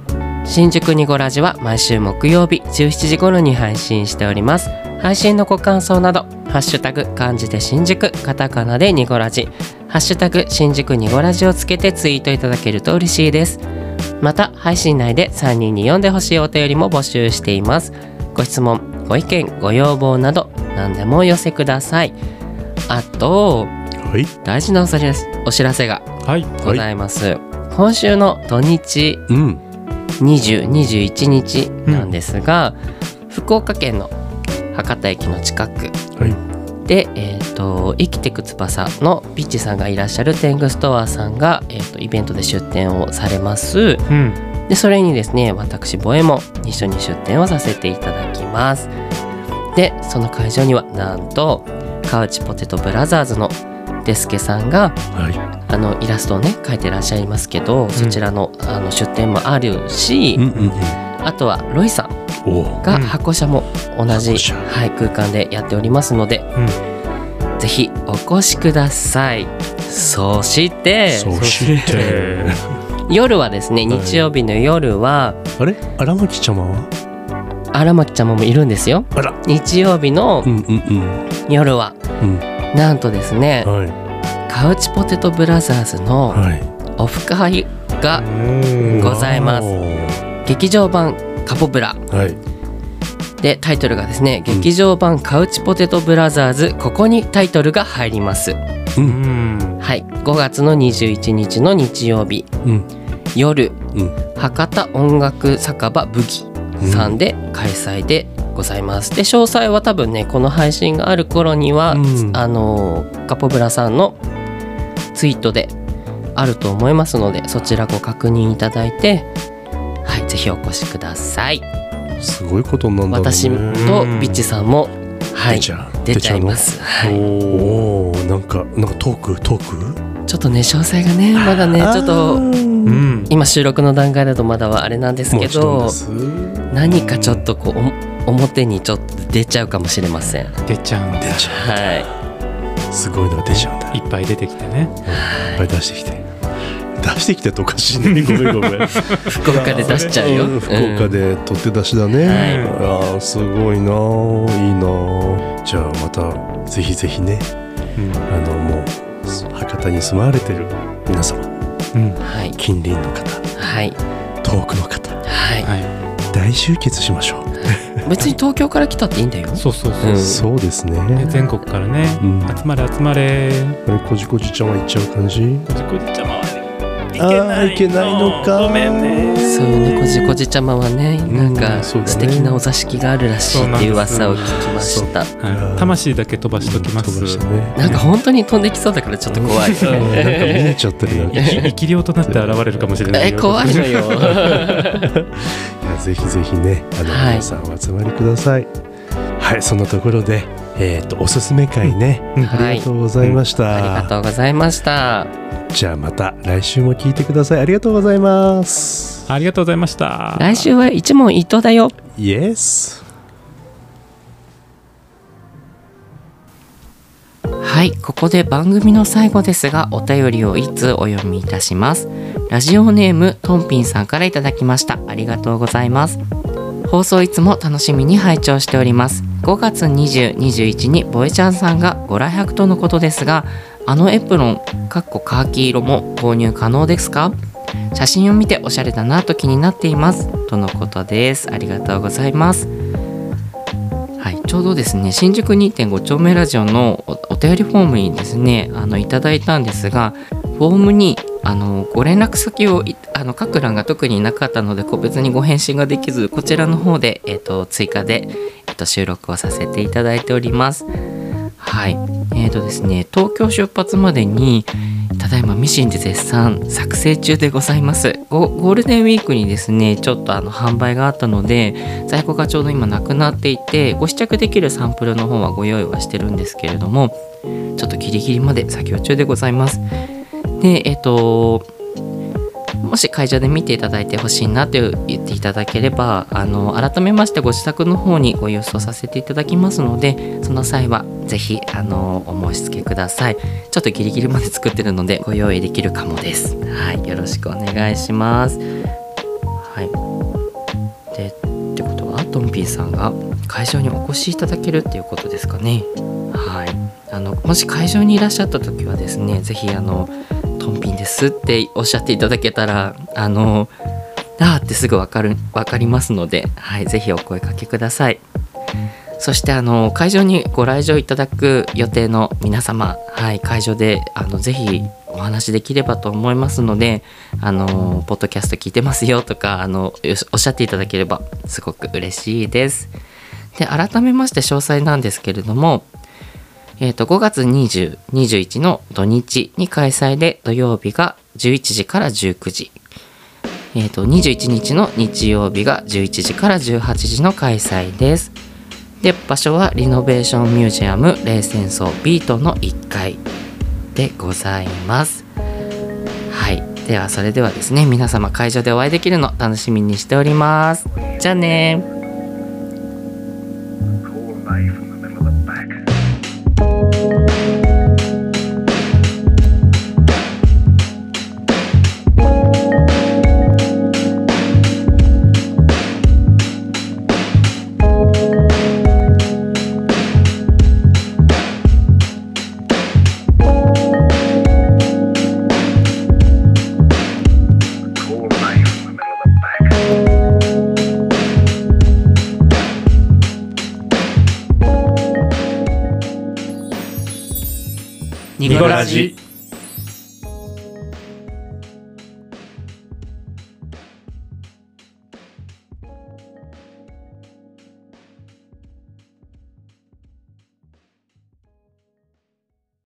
[SPEAKER 1] 新宿にごラジは毎週木曜日17時頃に配信しております。配信のご感想など、ハッシュタグ漢字で新宿、カタカナでニゴラジ、ハッシュタグ新宿ニゴラジをつけてツイートいただけると嬉しいです。また、配信内で3人に読んでほしいお便りも募集しています。ご質問、ご意見、ご要望など何でもお寄せください。あと、
[SPEAKER 2] はい
[SPEAKER 1] 大事なお知らせお知らせが
[SPEAKER 3] はい。
[SPEAKER 1] ございます。今週の土日、
[SPEAKER 2] うん
[SPEAKER 1] 2021日なんですが、福岡県の博多駅の近く
[SPEAKER 2] はい
[SPEAKER 1] で、えーと生きてく翼のピッチさんがいらっしゃる天狗ストアさんが、えーとイベントで出店をされます
[SPEAKER 3] うん。
[SPEAKER 1] でそれにですね私ボエも一緒に出店をさせていただきますでその会場にはなんとカウチポテトブラザーズのデスケさんが
[SPEAKER 2] は
[SPEAKER 1] あのイラストをね描いてらっしゃいますけど、そちらのあの出店もあるし、
[SPEAKER 2] いうんうんうん
[SPEAKER 1] あとはロイさん
[SPEAKER 2] おお
[SPEAKER 1] が
[SPEAKER 3] うん
[SPEAKER 1] 箱車も同じ、
[SPEAKER 2] 箱車
[SPEAKER 1] はい、空間でやっておりますので、ぜひお越しくださいそして
[SPEAKER 2] そうして
[SPEAKER 1] 夜はですね
[SPEAKER 2] はい
[SPEAKER 1] 日曜日の夜は
[SPEAKER 2] あれ荒牧ちゃまは
[SPEAKER 1] 荒牧ちゃまもいるんですよ
[SPEAKER 2] あら
[SPEAKER 1] 日曜日の
[SPEAKER 2] うんうんうん
[SPEAKER 1] 夜は、
[SPEAKER 2] うん
[SPEAKER 1] なんとですね
[SPEAKER 2] はい
[SPEAKER 1] カウチポテトブラザーズの
[SPEAKER 2] はい
[SPEAKER 1] オフ会が
[SPEAKER 2] *laughs*
[SPEAKER 3] うん
[SPEAKER 1] ございます
[SPEAKER 2] おー
[SPEAKER 1] 劇場版カポブラ
[SPEAKER 2] はい
[SPEAKER 1] でタイトルがですね、
[SPEAKER 2] うん
[SPEAKER 1] 劇場版カウチポテトブラザーズここにタイトルが入りま
[SPEAKER 3] う
[SPEAKER 1] す
[SPEAKER 3] ん。
[SPEAKER 1] はい、5月の21日の日曜日
[SPEAKER 2] うん
[SPEAKER 1] 夜
[SPEAKER 2] うん
[SPEAKER 1] 博多音楽酒場ブギさんで開催でございます。で詳細は多分ねこの配信がある頃には、
[SPEAKER 2] うん
[SPEAKER 1] あのーカポブラさんのツイートであると思いますのでそちらご確認いただいて。はい、ぜひお越しください。
[SPEAKER 2] すごいことになんだろうね
[SPEAKER 1] 私とビッチさんも、はい
[SPEAKER 2] 出、ちゃう
[SPEAKER 1] 出ちゃいます。はい、
[SPEAKER 2] おおーなんかなんかトークトーク
[SPEAKER 1] ちょっとね、詳細がね、まだね、ちょっと
[SPEAKER 3] う
[SPEAKER 2] う
[SPEAKER 3] ん。
[SPEAKER 2] ん
[SPEAKER 1] 今収録の段階だとまだはあれなんですけ
[SPEAKER 2] もちろん
[SPEAKER 1] ど
[SPEAKER 2] です
[SPEAKER 1] 何かちょっとこうお表にちょっと出ちゃうかもしれません
[SPEAKER 3] 出ちゃうんだ。
[SPEAKER 2] 出ちゃ
[SPEAKER 1] はい
[SPEAKER 2] すごいのが出ちゃうんだ
[SPEAKER 3] いっぱい出てきてね
[SPEAKER 2] いっぱい出してきて出してきてっておかしいねごめんごめん
[SPEAKER 1] 福岡で出しちゃうよ。
[SPEAKER 2] ん福岡
[SPEAKER 1] うん。
[SPEAKER 2] で取って出しだね、ああすごいなあいいなあじゃあまたぜひぜひね
[SPEAKER 3] うん
[SPEAKER 2] あのもう博多に住まわれてる皆様
[SPEAKER 3] うん
[SPEAKER 1] はい
[SPEAKER 2] 近隣の方
[SPEAKER 1] はい
[SPEAKER 2] 遠くの方
[SPEAKER 1] は
[SPEAKER 3] は
[SPEAKER 2] 大集結しましょう、
[SPEAKER 1] い。別に東京から来たっていいんだよ。
[SPEAKER 3] いそうそうそう、
[SPEAKER 1] うん
[SPEAKER 2] そうですね
[SPEAKER 3] ね全国からね、
[SPEAKER 2] うん
[SPEAKER 3] 集まれ集まれ
[SPEAKER 2] これこじこじちゃんは行っちゃう感じ
[SPEAKER 3] こじこじちゃまはね
[SPEAKER 2] あーいけないのか
[SPEAKER 3] ごめんね
[SPEAKER 1] そうねこじこじちゃまはねなん
[SPEAKER 2] う
[SPEAKER 1] か
[SPEAKER 2] んそうだね
[SPEAKER 1] 素敵なお座敷があるらしいっていう噂を聞きました。
[SPEAKER 3] はい、魂だけ飛ばしときます、
[SPEAKER 2] 飛ばしてね
[SPEAKER 1] なんか本当に飛んできそうだからちょっと怖い。
[SPEAKER 2] うんなんか見えちゃったりなんか
[SPEAKER 3] 生き量となって現れるかもしれない
[SPEAKER 1] *laughs* え
[SPEAKER 2] *laughs*
[SPEAKER 1] 怖いのよ。
[SPEAKER 2] いや *laughs* ぜひぜひねあの、
[SPEAKER 1] はい
[SPEAKER 2] 皆さんお集まりくださいはいそんなところでえっ、とおすすめ会ね、あ
[SPEAKER 1] は
[SPEAKER 2] り
[SPEAKER 1] い
[SPEAKER 2] がと。うございました、
[SPEAKER 1] ありがとうございました。
[SPEAKER 2] じゃあまた来週も聞いてくださいありがとうございます
[SPEAKER 3] ありがとうございました
[SPEAKER 1] 来週は一問一答だよ。
[SPEAKER 2] イエス
[SPEAKER 1] はい、ここで番組の最後ですが、お便りを一通お読みいたします。ラジオネームトンピンさんからいただきました。ありがとうございます。放送いつも楽しみに拝聴しております。5月20、21にボエちゃんさんがご来客とのことですが、あのエプロン、かっこカーキ色も購入可能ですか写真を見ておしゃれだなと気になっています。とのことです。ありがとうございます。はい、ちょうどですね新宿2.5丁目ラジオのおお便りフォームにですねあのいただいたんですがフォームにあのご連絡先をいあの書く欄が特になかったので個別にご返信ができずこちらの方で、えっと追加で、えっと収録をさせていただいております。はい、えーとですね、東京出発までにただいまミシンで絶賛作成中でございますゴゴールデンウィークにですねちょっとあの販売があったので在庫がちょうど今なくなっていてご試着できるサンプルの方はご用意はしてるんですけれどもちょっとギリギリまで作業中でございますでえっ、ともし会場で見ていただいてほしいなという言っていただければあの改めましてご自宅の方にご郵送させていただきますのでその際はぜひあのお申し付けくださいちょっとギリギリまで作ってるのでご用意できるかもですはいよろしくお願いしますはいでってことはトンピーさんが会場にお越しいただけるっていうことですかねはいあのもし会場にいらっしゃった時はですねぜひあのトンピンですっておっしゃっていただけたらあのあーってすぐわかるわかりますので、はい、ぜひお声かけくださいそしてあの会場にご来場いただく予定の皆様、はい、会場であのぜひお話できればと思いますのであのポッドキャスト聞いてますよとかあのよしおっしゃっていただければすごく嬉しいですで改めまして詳細なんですけれどもえー、と5月20、21の土日に開催で土曜日が11時から19時、えー、と21日の日曜日が11時から18時の開催です。で場所はリノベーションミュージアム冷戦層ビートの1階でございます。はいではそれではですね皆様会場でお会いできるの楽しみにしております。じゃあねー。ニ
[SPEAKER 3] ニコラジ